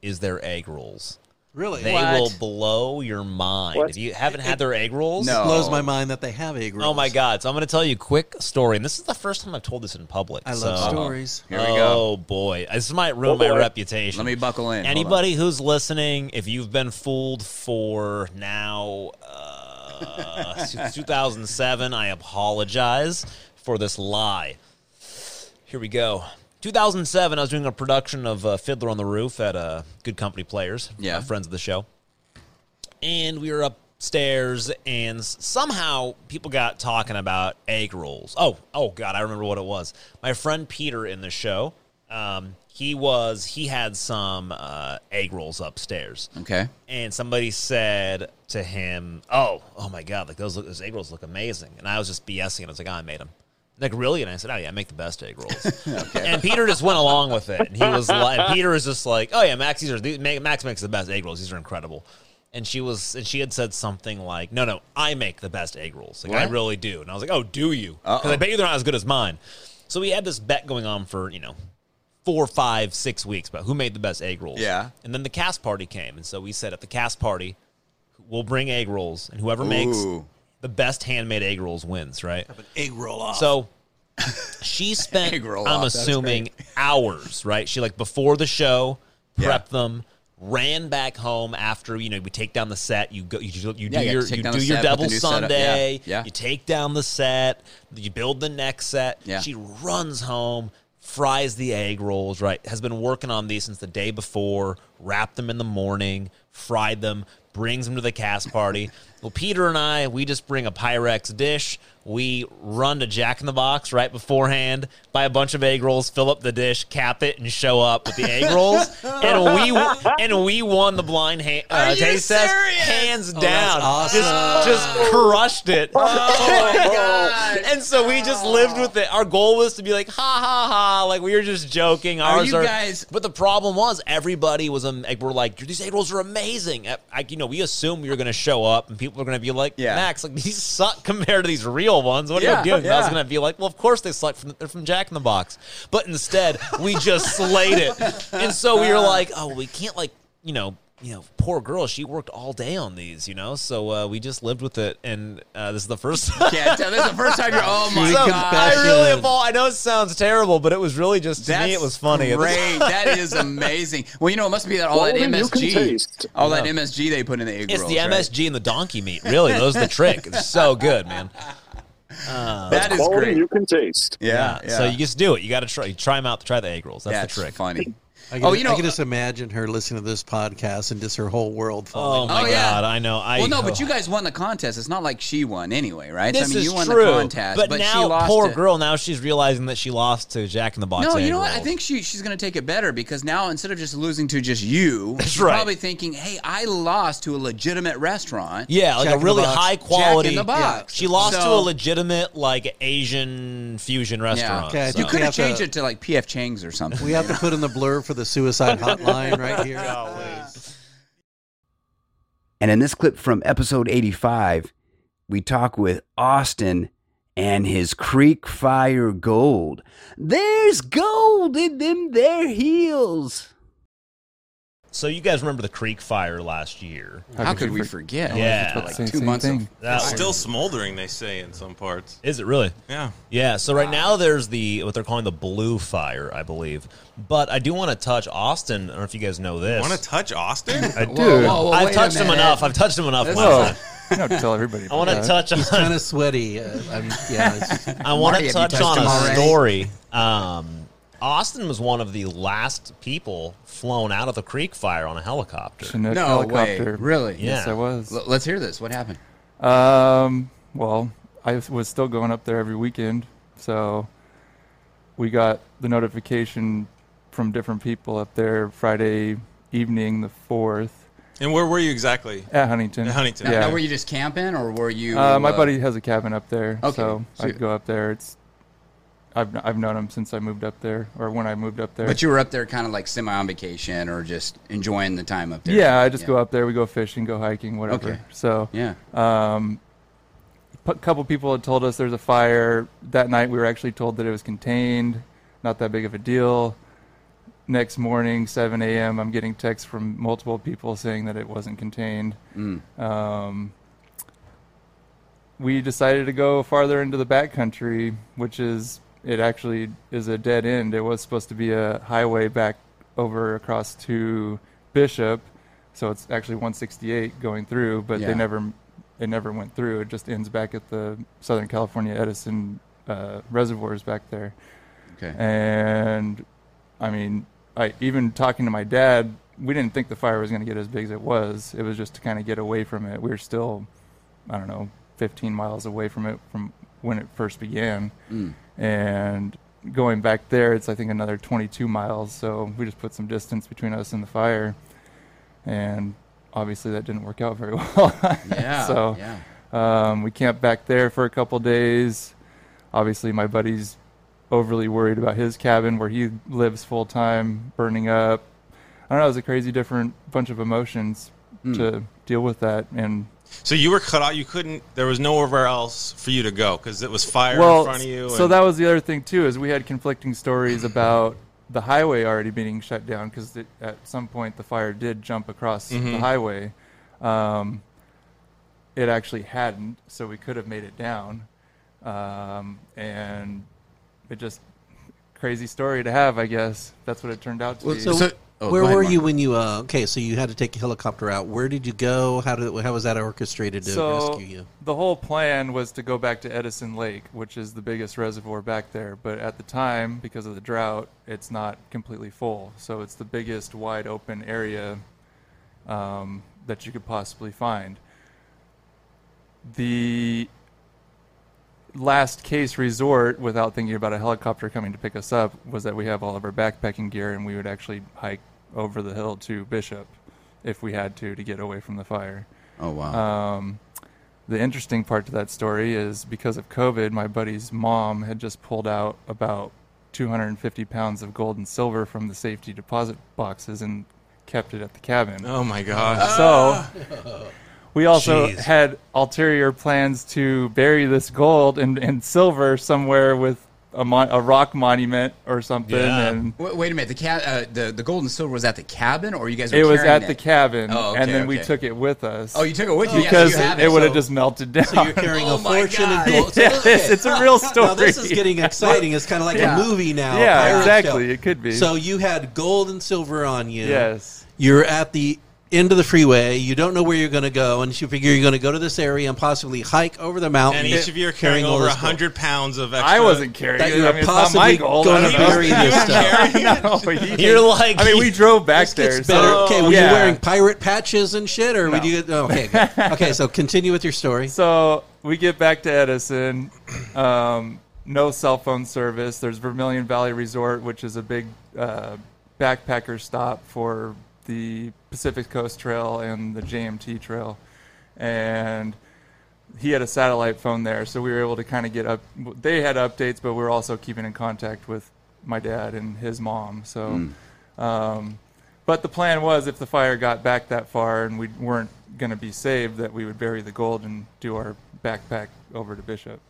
B: is their egg rolls.
D: really
B: They
E: What?
B: will blow your mind
G: What?
B: if you haven't had their egg rolls.
E: No.
D: blows my mind that they have egg rolls.
B: Oh my God! So I'm going to tell you a quick story, and this is the first time I've told this in public.
D: I love
B: so-
D: stories.
E: Here we go.
B: Oh boy, this might ruin
G: Oh,
B: my
G: boy.
B: reputation.
E: Let me buckle in. Hold on.
B: Anybody who's listening, if you've been fooled for now uh, since 2007, I apologize for this lie. Here we go. 2007, I was doing a production of uh, Fiddler on the Roof at uh, Good Company Players,
E: Yeah.
B: uh, friends of the show, and we were upstairs, and s- somehow people got talking about egg rolls. Oh, oh God, I remember what it was. My friend Peter in the show, um, he was he had some uh, egg rolls upstairs
E: Okay.
B: and somebody said to him, "Oh, oh my god, like those look, those egg rolls look amazing." And I was just BSing, and I was like, "Oh, "I made them." Like really? And I said, "Oh yeah, I make the best egg rolls." And Peter just went along with it, and he was like, and "Peter is just like, oh yeah, Max, these are the- Ma- Max makes the best egg rolls. These are incredible." and she was and she had said something like, "No, no, I make the best egg rolls. Like I
A: What?
B: really do." And I was like, "Oh, do you? Because I bet you they're not as good as mine." So we had this bet going on for you know four, five, six weeks about who made the best egg rolls.
A: Yeah.
B: And then the cast party came, and so we said at the cast party, we'll bring egg rolls, and whoever makes
A: Ooh.
B: the best handmade egg rolls wins. Right.
C: Egg roll off.
B: So she spent,
A: Egg roll
B: I'm
A: off, that's
B: assuming, hours, right? She, like, before the show, prepped
A: Yeah.
B: them, ran back home after, you know, we take down the set, you go, you, do- you
A: Yeah,
B: do
A: you
B: your,
A: have to take
B: you
A: down
B: do
A: the
B: your
A: set, put the
B: double
A: new setup,
B: Sunday,
A: yeah, yeah.
B: you take down the set, you build the next set.
A: Yeah.
B: She runs home, fries the egg rolls, right? Has been working on these since the day before, wrapped them in the morning, fried them, brings them to the cast party. well, Peter and I, we just bring a Pyrex dish. We run to Jack in the Box right beforehand, buy a bunch of egg rolls, fill up the dish, cap it, and show up with the egg rolls. and we and we won the blind ha- uh, taste test hands down. Just just crushed it. And so we just lived with it. Our goal was to be like, ha ha ha, like we were just joking.
E: Are
B: Ours
E: you guys-
B: But the problem was, everybody was um, like, we're like, these egg rolls are amazing. Uh, Like, you know, we assume you're going to show up and people are going to be like,
A: Yeah.
B: Max, like these suck compared to these real ones. What
A: Yeah,
B: are you doing? And I was
A: yeah.
B: going to be like, well, of course they suck. From, they're from Jack in the Box. But instead, we just slayed it. And so we were like, oh, we can't like, you know. You know, poor girl. She worked all day on these, you know. So uh, we just lived with it, and uh, this is the first
E: Yeah, this is the first time you're. Oh my
B: so,
E: god!
B: I really apologize. I know it sounds terrible, but it was really just to me. It was funny.
E: Great. that is amazing. Well, you know, it must be that all
G: Well,
E: that
G: then you can
E: MSG,
G: taste.
E: all that MSG they put in the egg
B: It's
E: rolls.
B: the
E: right?
B: MSG and the donkey meat. Really, those are the trick. It's so good, man.
E: That is
G: Quality
E: great.
G: you can taste.
E: yeah, yeah.
B: So you just do it. You got to try. You try them out. Try the egg rolls. That's
E: That's
B: the trick.
E: funny.
D: I can,
E: Oh, you know.
D: I can just imagine her listening to this podcast and just her whole world falling.
B: Oh my
E: Oh, yeah.
B: god, I know. I
E: well, no, but you guys won the contest. It's not like she won anyway, right?
B: This
E: I mean,
B: is
E: you won
B: true.
E: the contest,
B: but,
E: but,
B: now,
E: she lost
B: poor
E: to-
B: girl. Now she's realizing that she lost to Jack in the Box.
E: No,
B: egg
E: you know what? I
B: rolls.
E: think she she's going to take it better because now instead of just losing to just you, she's
B: right.
E: probably thinking, "Hey, I lost to a legitimate restaurant."
B: Yeah, like
D: Jack
B: a
D: in the
B: really
D: Box.
B: high quality.
E: Jack in the Box.
B: She lost to
E: So-
B: a legitimate like Asian fusion restaurant.
D: Okay, I
B: so-
E: You
D: We
E: could have
D: have to-
E: changed it to like PF Chang's or something.
D: We have to put in the blur for the suicide hotline right here.
A: And in this clip from episode 85, we talk with Austin and his Creek Fire Gold. There's gold in them there heels.
B: so you guys remember the Creek Fire last year?
E: How could we forget?
B: Yeah.
E: But, like
H: Same-
E: two
H: same
E: months
H: thing.
E: of
B: That
C: Still
B: one-
C: smoldering, they say in some parts.
B: is it really?
C: Yeah.
B: Yeah, so right now there's the what they're calling the blue fire, I believe. But I do want to touch Austin. I don't know if you guys know this.
C: Want to touch Austin?
B: I do.
H: Whoa, whoa,
E: whoa,
B: I've
E: wait a
B: touched him
E: minute.
B: enough. I've touched him enough.
E: This
B: Michael.
H: is- You don't tell everybody.
B: I want to touch on.
D: Kind of sweaty. Uh, I'm, yeah, it's-
B: I want
E: Marty,
B: to
E: have
B: touch
E: you
B: on
E: touched him
B: a
E: already?
B: story. Um, Austin was one of the last people flown out of the Creek fire on a helicopter.
H: Chinook
E: No
H: helicopter.
E: way. Really?
H: Yes,
B: Yeah.
H: I was.
E: L- let's hear this. What happened?
H: Um, well, I was still going up there every weekend, so we got the notification from different people up there Friday evening, the fourth,
C: And where were you exactly?
H: at Huntington.
C: At Huntington.
E: Now,
H: Yeah.
E: now, were you just camping, or were you?
H: Uh, my buddy has a cabin up there,
E: Okay,
H: so,
E: so
H: I
E: you-
H: go up there. It's I've I've known him since I moved up there, or when I moved up there.
E: But you were up there, kind of like semi on vacation, or just enjoying the time up there.
H: yeah, I just go up there. We go fishing, go hiking, whatever.
E: Okay.
H: So
E: Yeah.
H: a couple people had told us there's a fire that night. We were actually told that it was contained, not that big of a deal. Next morning, 7 a.m., I'm getting texts from multiple people saying that it wasn't contained. Um, we decided to go farther into the backcountry, which is it actually is a dead end. It was supposed to be a highway back over across to Bishop, so it's actually 168 going through, but
E: Yeah.
H: they never it never went through. It just ends back at the Southern California Edison uh, reservoirs back there.
E: Okay.
H: Uh, And I mean, I even talking to my dad, we didn't think the fire was going to get as big as it was. It was just to kind of get away from it. We were still, I don't know, 15 miles away from it from when it first began.
E: Mm.
H: And going back there, it's I think another 22 miles. So we just put some distance between us and the fire. And obviously that didn't work out very well.
E: Yeah.
H: so
E: yeah.
H: um, we camped back there for a couple days. Obviously, my buddy's overly worried about his cabin where he lives full time, burning up. I don't know. It was a crazy different bunch of emotions. to deal with that. And
C: So you were cut out. You couldn't. There was nowhere else for you to go because it was fire in front of you.
H: So
C: and-
H: that was the other thing too, is we had conflicting stories about the highway already being shut down because at some point the fire did jump across
C: Mm-hmm.
H: the highway. Um, it actually hadn't, so we could have made it down, um, and it just crazy story to have, I guess. That's what it turned out to
D: Well,
H: be.
D: so,
A: So- oh,
D: where
A: go ahead,
D: were
A: Mark.
D: you when you? Uh, okay, so you had to take a helicopter out. Where did you go? How did? How was that orchestrated to rescue you?
H: The whole plan was to go back to Edison Lake, which is the biggest reservoir back there. But at the time, because of the drought, it's not completely full. So it's the biggest wide open area um, that you could possibly find. The last case resort, without thinking about a helicopter coming to pick us up, was that we have all of our backpacking gear and we would actually hike over the hill to Bishop if we had to to get away from the fire
A: Oh wow.
H: um, the interesting part to that story is because of COVID, my buddy's mom had just pulled out about 250 pounds of gold and silver from the safety deposit boxes and kept it at the cabin.
C: oh my
H: Uh,
C: gosh.
H: So we also
C: Jeez.
H: had ulterior plans to bury this gold and, and silver somewhere with a, mon- a rock monument or something.
B: Yeah.
H: And
I: Wait, wait a minute. The ca- uh, the the gold and silver was at the cabin, or you guys? Were
H: it was
I: carrying
H: at the cabin.
I: Oh, okay,
H: and then we
I: okay.
H: took it with us.
I: Oh, you took it with you
H: because
I: yeah, so you have
H: it, would have
I: so-
H: just melted down.
D: So you're carrying a fortune in gold. So,
H: yes,
D: okay.
H: Oh it's a real story.
D: Now this is getting exciting. It's kind of like a movie now. a
H: Yeah,
D: pirate
H: exactly.
D: show.
H: It could be.
D: So you had gold and silver on you.
H: yes.
D: You're at the end of the freeway. You don't know where you're going to go, and you figure you're going to go to this area and possibly hike over the mountain.
C: And each of you are carrying
D: all
C: over
D: this gold.
C: hundred pounds of extra.
H: I wasn't carrying
D: That
H: it.
D: you
H: I
D: were
H: mean, it's not my
D: possibly
H: goal. I
D: going
H: don't
D: to
H: know.
D: bury this stuff.
H: no, he-
B: You're like,
H: I mean, we drove back
D: This gets
H: there.
D: better.
H: So,
D: okay, were
H: Oh, yeah.
D: you wearing pirate patches and shit, or would you? oh, okay, good. okay. So continue with your story.
H: So we get back to Edison. Um, no cell phone service. There's Vermilion Valley Resort, which is a big uh, backpacker stop for the Pacific Coast Trail and the JMT Trail. And he had a satellite phone there, so we were able to kind of get up. They had updates, but we were also keeping in contact with my dad and his mom. So. Um, but the plan was if the fire got back that far and we weren't going to be saved, that we would bury the gold and do our backpack over to Bishop.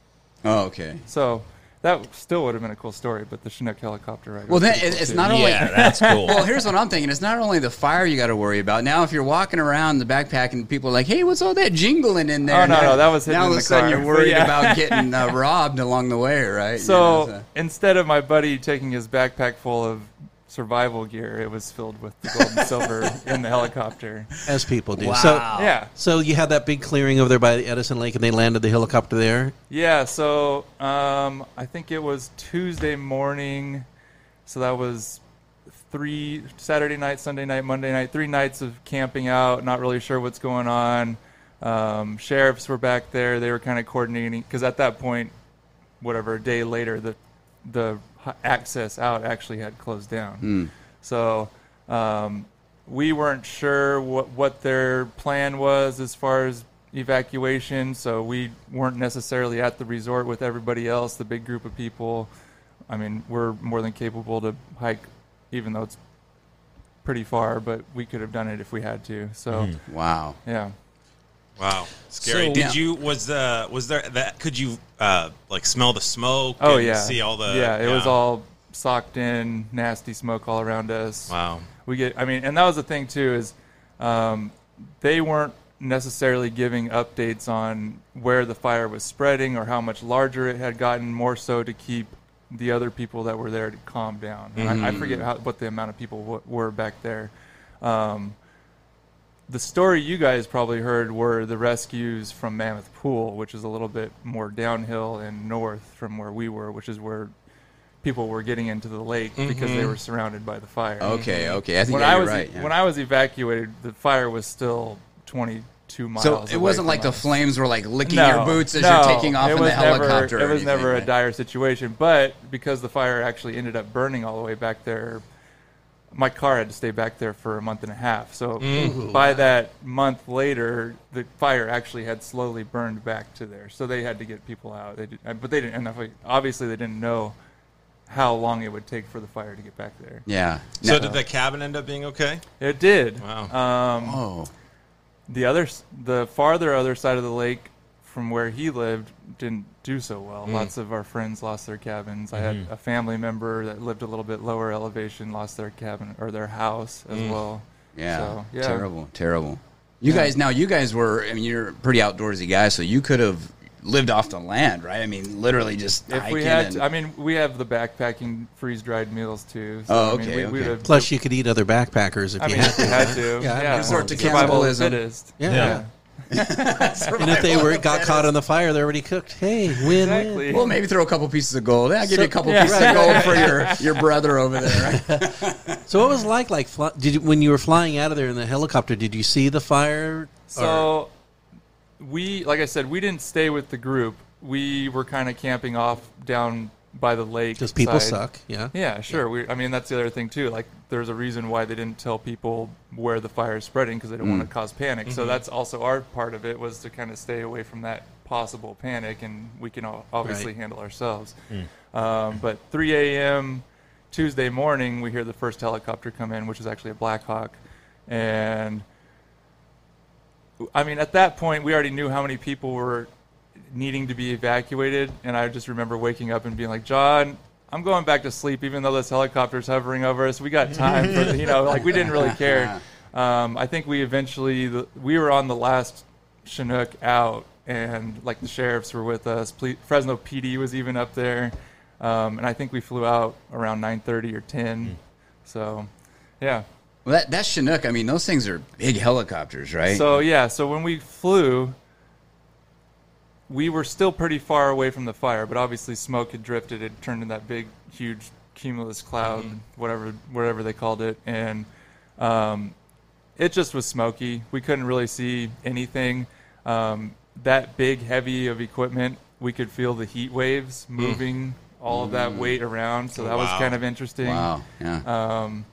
I: Oh, okay.
H: So that still would have been a cool story, but the Chinook helicopter ride.
E: Well,
H: was
E: then
H: pretty
E: it,
H: cool,
E: it's
H: too.
E: not only.
B: yeah, that's cool.
E: Well, here's what I'm thinking. It's not only the fire you got to worry about. Now, if you're walking around the backpack and people are like, hey, what's all that jingling in there?
H: Oh, no,
E: And
H: no, that was hidden
E: Now all
H: in
E: of a
H: the
E: sudden
H: car.
E: you're worried
H: Yeah.
E: about getting uh, robbed along the way, right? You
H: So,
E: know,
H: instead of my buddy taking his backpack full of survival gear, it was filled with the gold and silver in the helicopter.
D: As people do. So
E: Oh.
H: Yeah.
D: So you had that big clearing over there by the Edison Lake, and they landed the helicopter there.
H: Yeah, so um, I think it was Tuesday morning. So that was three Saturday night, Sunday night, Monday night, three nights of camping out, not really sure what's going on. Um, sheriffs were back there. They were kind of coordinating because at that point, whatever, a day later, the, the h- access out actually had closed down. So um, we weren't sure what, what their plan was as far as evacuation. So we weren't necessarily at the resort with everybody else, the big group of people. I mean, we're more than capable to hike, even though it's pretty far, but we could have done it if we had to. So,
A: wow.
H: yeah.
C: Wow, scary.
B: So-
C: Did you was the was there that could you uh like smell the smoke?
H: Oh,
C: and
H: yeah.
C: see all the
H: Yeah, it was all socked in, nasty smoke all around us.
C: wow.
H: we get i mean and that was the thing too is um, they weren't necessarily giving updates on where the fire was spreading or how much larger it had gotten more so to keep the other people that were there to calm down and I, I forget how, what the amount of people w- were back there um, the story you guys probably heard were the rescues from mammoth pool which is a little bit more downhill and north from where we were which is where people were getting into the lake because they were surrounded by the
E: Oh,
H: fire
I: Okay, okay. I think
H: Mm-hmm. when
I: yeah,
H: I
I: you're
H: was e
I: right. yeah.
H: when I was evacuated, the fire was still 22 miles.
E: so it
H: away
E: wasn't
H: from
E: like the
H: us.
E: flames were like licking
H: No,
E: your boots as
H: no,
E: you're taking off
H: it
E: in the
H: was never-
E: helicopter.
H: It
E: or
H: was never a
E: anything,
H: dire situation, but because the fire actually ended up burning all the way back there, my car had to stay back there for a month and a half. So by that month later, the fire actually had slowly burned back to there. So they had to get people out. They did, but they didn't. And obvi- obviously, they didn't know how long it would take for the fire to get back there.
A: Yeah.
C: So did the cabin end up being okay?
H: It did.
C: Wow.
H: Um,
A: Oh.
H: the other, s- the farther other side of the lake from where he lived didn't do so well.
E: Mm.
H: Lots of our friends lost their cabins. I
E: Mm-hmm.
H: had a family member that lived a little bit lower elevation lost their cabin or their house as well.
E: Mm. Yeah.
H: So, yeah.
E: Terrible. Terrible. You guys now you guys were I mean you're a pretty outdoorsy guy, so you could have lived off the land, right? I mean literally just
H: If
E: hiking
H: we had,
E: and,
H: to, I mean, we have the backpacking freeze dried meals too. So,
E: Oh,
H: I mean,
E: okay,
H: we, we
E: okay.
H: would've-
D: Plus, you could eat other backpackers if
H: I
D: you
H: mean,
D: had
H: if we
D: to.
H: had to,
D: Yeah,
H: yeah,
D: I mean,
E: resort to
H: survival of the
E: cannibalism.
H: fittest.
D: Yeah.
B: Yeah.
D: And if they were got caught on the fire, they're already cooked. Hey, win, win.
H: Exactly.
E: well maybe throw a couple pieces of gold. Yeah, I'll give you a couple
D: yeah,
E: pieces
D: right,
E: of gold for your, your brother over there. Right?
D: So what was it like like fly, did you, when you were flying out of there in the helicopter? Did you see the fire?
H: So we, like I said, we didn't stay with the group. We were kind of camping off down by the lake
D: Because people
H: side.
D: suck. Yeah.
H: Yeah, sure. We, I mean, that's the other thing too. Like, there's a reason why they didn't tell people where the fire is spreading because they don't
D: Mm.
H: want to cause panic. So that's also our part of it was to kind of stay away from that possible panic, and we can all obviously
D: Right.
H: handle ourselves. Um, but 3 a.m. Tuesday morning, we hear the first helicopter come in, which is actually a Black Hawk, and I mean, at that point, we already knew how many people were needing to be evacuated, and I just remember waking up and being like, "John, I'm going back to sleep, even though this helicopter's hovering over us. We got time for you know, like we didn't really care." Um, I think we eventually the, we were on the last Chinook out, and like the sheriffs were with us. Ple- Fresno PD was even up there, um, and I think we flew out around 9:30 or 10. So, yeah.
E: Well that that Chinook, I mean those things are big helicopters, right?
H: So yeah, so when we flew, we were still pretty far away from the fire, but obviously smoke had drifted. It turned into that big, huge cumulus cloud,
E: Mm-hmm.
H: whatever whatever they called it, and um, it just was smoky. We couldn't really see anything. Um, that big, heavy of equipment, we could feel the heat waves
E: Mm.
H: moving all of that weight around. So that was
C: Wow.
H: kind of interesting.
E: Oh, wow. Yeah.
H: Um,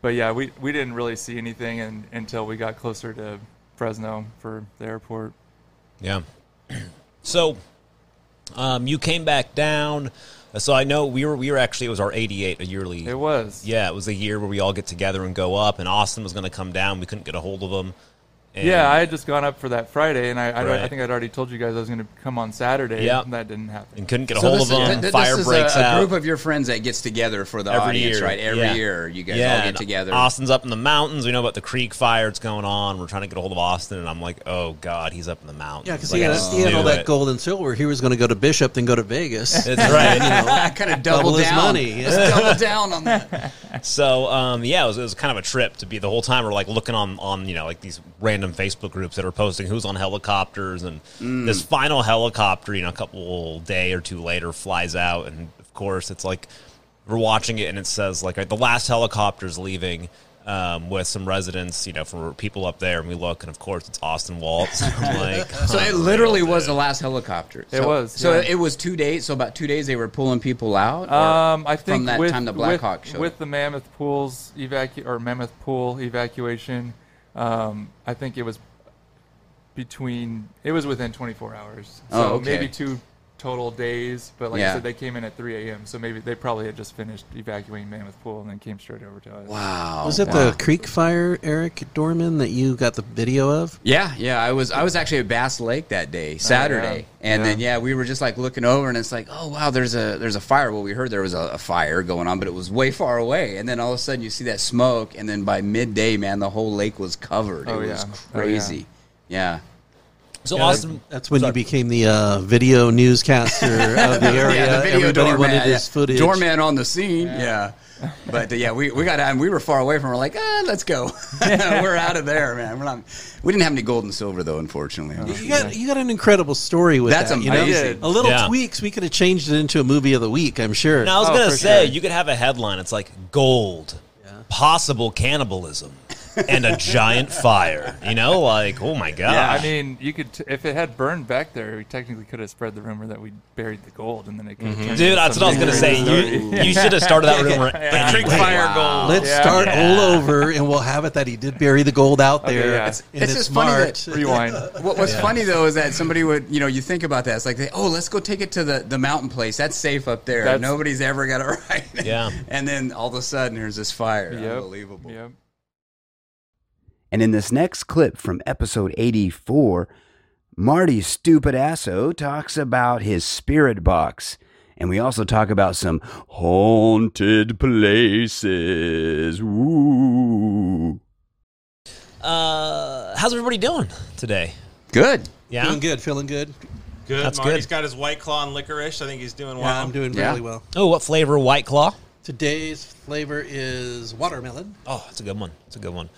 H: but yeah, we, we didn't really see anything and, until we got closer to Fresno for the airport.
B: Yeah. So, um, you came back down. So I know we were we were actually it was our eighty eight a yearly.
H: It was.
B: Yeah, it was a year where we all get together and go up, and Austin was going to come down. We couldn't get a hold of him. And
H: Yeah, I had just gone up for that Friday, and I I,
B: Right.
H: I think I'd already told you guys I was going to come on Saturday.
B: Yeah.
H: and that didn't happen.
B: and couldn't get a
E: So
B: hold
E: this
B: of him.
E: is, th- th-
B: Fire
E: this is a-
B: breaks
E: a,
B: out.
E: group of your friends that gets together for the
B: every
E: audience,
B: year,
E: right? Every
B: Yeah.
E: year, you guys
B: Yeah,
E: all get
B: and
E: together.
B: Austin's up in the mountains. We know about the creek fire; it's going on. We're trying to get a hold of Austin, and I'm like, "Oh God, he's up in the mountains."
D: Yeah, because
B: Like,
D: he,
B: I
D: had-
B: just
D: he had
B: knew
D: all that
B: it.
D: gold and silver. He was going to go to Bishop, then go to Vegas.
B: That's right.
E: I kind of double,
D: Double his
E: down.
D: money.
E: Let's double down on that.
B: So um, yeah, it was, it was kind of a trip to be the whole time. We're like looking on on you know like these random Facebook groups that are posting who's on helicopters, and this final helicopter, you know, a couple day or two later flies out, and of course it's like we're watching it, and it says like right, the last helicopter's leaving. Um, with some residents, you know, from people up there, and we look, and of course it's Austin Waltz. I'm like,
E: So it literally was the last helicopter. So,
H: was,
E: So
H: yeah.
E: it was two days. So about two days they were pulling people out. or-
H: Um, I think
E: from that
H: with,
E: time the Black
H: with,
E: Hawk showed
H: with
E: up.
H: the Mammoth Pools evacu or Mammoth Pool evacuation, um, I think it was between it was within 24 hours. So
E: Oh, okay.
H: maybe two total days. But like
E: Yeah.
H: I said, they came in at 3 a.m. So maybe they probably had just finished evacuating Mammoth Pool and then came straight over to us.
E: wow.
D: was it the Creek Fire, Eric Dorman, that you got the video of?
E: Yeah, yeah. I was I was actually at Bass Lake that
H: Oh,
E: day, Saturday, and then yeah, we were just like looking over, and it's like, oh wow, there's a there's a fire. Well, we heard there was a, a fire going on, but it was way far away. And then all of a sudden, you see that smoke, and then by midday, man, the whole lake was covered.
H: Oh,
E: it
H: yeah.
E: was
H: Oh, yeah.
E: crazy. yeah.
B: so Austin,
D: That's when you became the uh, video newscaster of the area.
E: Yeah, the video
D: Everybody
E: doorman,
D: wanted his
E: yeah.
D: footage.
E: Doorman on the scene. Yeah. But uh, yeah, we, we got out and we were far away from. Her, we're like, ah, let's go. we're out of there, man. We're not. We didn't have any gold and silver though, unfortunately.
H: Uh-huh.
D: You got, you got an incredible story with
E: That's
D: that. you know?
E: amazing.
D: A little
B: Yeah.
D: tweaks, we could have changed it into a movie of the week, I'm sure.
B: Now, I was
H: Oh,
B: gonna
H: for
B: say
H: sure.
B: you could have a headline. It's like gold, possible cannibalism, and a giant fire. You know, like oh my god.
H: Yeah, Uh, I mean, you could t- if it had burned back there, we technically could have spread the rumor that we buried the gold, and then it could. have
E: Mm-hmm.
H: turned
B: dude,
H: into
B: that's what I was gonna say.
H: something great.
B: You, you should have started that rumor. anyway.
D: gold. Let's
H: Yeah.
D: start all over, and we'll have it that he did bury the gold out there.
H: yeah.
D: It's, and
E: It's
D: it's
E: just funny
D: marked.
E: that-
H: Rewind.
E: What was funny though is that somebody would, you know, you think about that. It's like, they, oh, let's go take it to the, the mountain place. That's safe up there.
H: That's-
E: Nobody's ever got it right.
B: Yeah.
E: and then all of a sudden, there's this fire.
H: Yep.
E: Unbelievable.
H: Yep.
A: And in this next clip from episode 84, Marty Stupid Asso talks about his spirit box. And we also talk about some haunted places. Ooh.
B: Uh, how's everybody doing today?
E: Good.
B: Yeah.
D: Feeling good, feeling good.
C: Good.
B: That's
C: Marty's
B: good.
C: got his white claw and licorice. I think he's doing
D: Yeah,
C: well.
D: I'm doing
E: Yeah.
D: really well.
B: Oh, what flavor? White Claw.
D: Today's flavor is watermelon.
B: Oh, that's a good one. That's a good one.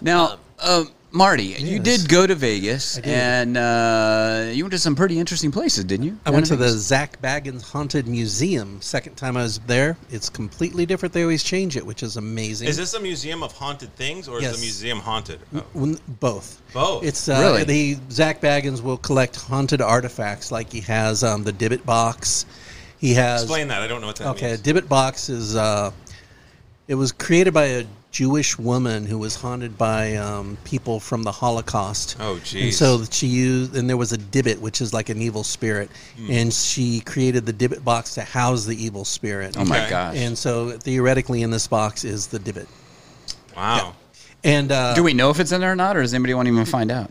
E: Now, um, Marty, you
D: yes.
E: did go to Vegas,
D: did.
E: and uh, you went to some pretty interesting places, didn't you?
D: I went to the Zach Baggins Haunted Museum. Second time I was there. It's completely different. They always change it, which is amazing.
C: Is this a museum of haunted things or
D: Yes.
C: is the museum haunted? Oh.
D: When- both?
C: Both.
D: It's uh,
E: Really?
D: the Zach Baggins will collect haunted artifacts, like he has um, the Dibbit box. He has
C: Explain that. I don't know what that
D: okay. A
C: means.
D: Dibbit box is uh, it was created by a Jewish woman who was haunted by um, people from the Holocaust.
C: Oh,
D: And
C: geez.
D: so she used, and there was a Dibbit, which is like an evil spirit,
E: Hmm.
D: and she created the Dibbit box to house the evil spirit.
E: Oh my
C: Okay.
E: gosh!
D: And so theoretically, in this box is the Dibbit.
C: Wow.
D: And uh,
E: Do we know if it's in there or not, or does anybody want to even find out?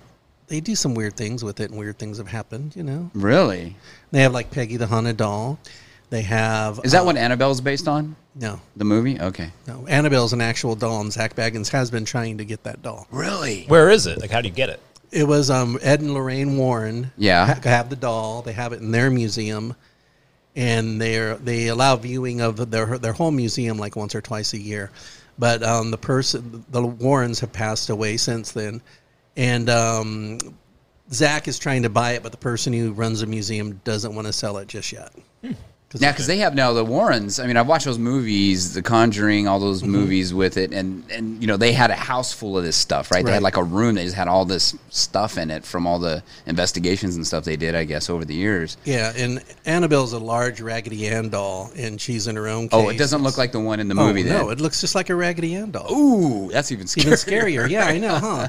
D: they do some weird things with it, and weird things have happened. You know,
E: Really?
D: they have like Peggy the Haunted doll. They have
E: Is that
D: uh,
E: what Annabelle's based on?
D: No,
E: The movie? Okay.
D: no. Annabelle's an actual doll, and Zach Baggins has been trying to get that doll.
E: Really?
B: Where is it? Like, how do you get it?
D: It was um, Ed and Lorraine Warren.
E: Yeah.
D: ha- have the doll. They have it in their museum, and they they allow viewing of their their whole museum like once or twice a year. But um, the person, the Warrens, have passed away since then, and um, Zach is trying to buy it, but the person who runs the museum doesn't want to sell it just yet.
E: Yeah, because they have now the Warrens. I mean, I've watched those movies, The Conjuring, all
D: Mm-hmm.
E: those movies with it, and and you know they had a house full of this stuff, right? They
D: Right.
E: had like a room that just had all this stuff in it from all the investigations and stuff they did, I guess, over the years.
D: Yeah, and Annabelle's a large Raggedy Ann doll, and she's in her own. Case.
E: Oh, it doesn't look like the one in the
D: Oh,
E: movie. then.
D: no, it looks just like a Raggedy Ann doll.
E: Ooh, that's even scarier.
D: even scarier. Yeah, I know, huh?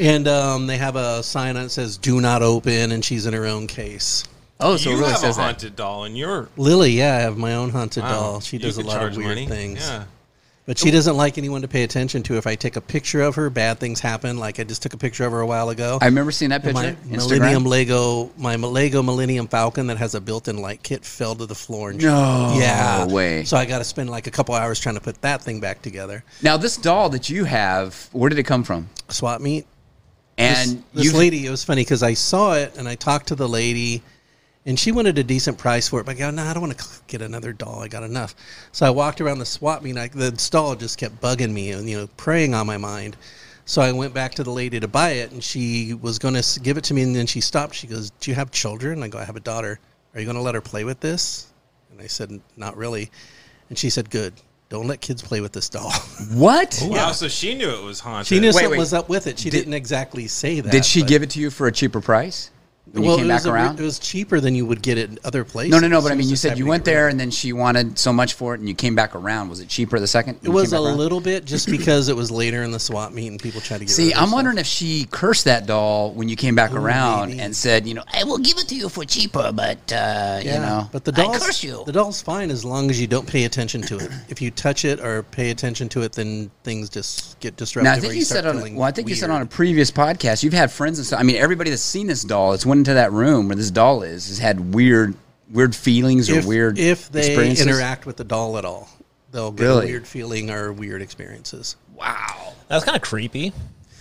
D: And um, they have a sign that says "Do not open," and she's in her own case.
E: Oh, so
C: you
E: it really
C: have a
E: says that.
C: haunted doll in your
D: Lily, yeah, I have my own haunted
C: wow.
D: doll. She
C: You
D: does a
C: could
D: lot of
C: charge
D: weird
C: money.
D: things,
C: Yeah.
D: but she doesn't like anyone to pay attention to. If I take a picture of her, bad things happen. Like I just took a picture of her a while ago.
E: I remember seeing that
D: And
E: picture.
D: my
E: Instagram.
D: Millennium Lego, my Lego Millennium Falcon that has a built-in light kit fell to the floor. And no, yeah,
E: way.
D: So I got to spend like a couple hours trying to put that thing back together.
E: Now, this doll that you have, where did it come from?
D: Swap meet.
E: And
D: this
E: you've-
D: lady, it was funny because I saw it and I talked to the lady, and she wanted a decent price for it. But I go, no, I don't want to get another doll. I got enough. So I walked around the swap meet. And I, the stall just kept bugging me and you know preying on my mind. So I went back to the lady to buy it, and she was going to give it to me, and then she stopped. She goes, "Do you have children?" I go, "I have a daughter. Are you going to let her play with this?" And I said, "Not really." And she said, "Good. Don't let kids play with this doll."
E: what?
C: Wow. So she knew it was haunted.
D: she knew
E: Wait,
D: something
E: wait.
D: was up with it. She did, not exactly say that.
E: Did she
D: but-
E: give it to you for a cheaper price when you came
D: it was
E: back
D: a re-
E: around?
D: it was cheaper than you would get it in other places.
E: no, no, no. But I
D: She was
E: mean, you
D: just
E: said
D: having
E: you
D: to
E: went
D: get rid of
E: there and then she wanted so much for it, and you came back around. Was it cheaper the second?
D: It It was a little bit just because it was later in the swap meet and people tried to get. rid
E: See,
D: of it,
E: I'm
D: so-
E: wondering if she cursed that doll when you came back around
D: maybe.
E: and said, you know, I will give it to you for cheaper, but uh,
D: Yeah,
E: you know,
D: but the
E: I
D: doll's
E: curse you.
D: the doll's fine as long as you don't pay attention to it. if you touch it or pay attention to it, then things just get disrupted.
E: Now I
D: or
E: think
D: you
E: you
D: start
E: said on
D: feeling
E: well, I think you said
D: weird.
E: on a previous podcast you've had friends and stuff. I mean, everybody that's seen this doll that's went into that room where this doll is has had weird, weird feelings or
D: if,
E: weird
D: if they
E: experiences.
D: interact with the doll at all, they'll get
E: Really?
D: a weird feeling or weird experiences.
E: Wow.
B: That's kind of creepy.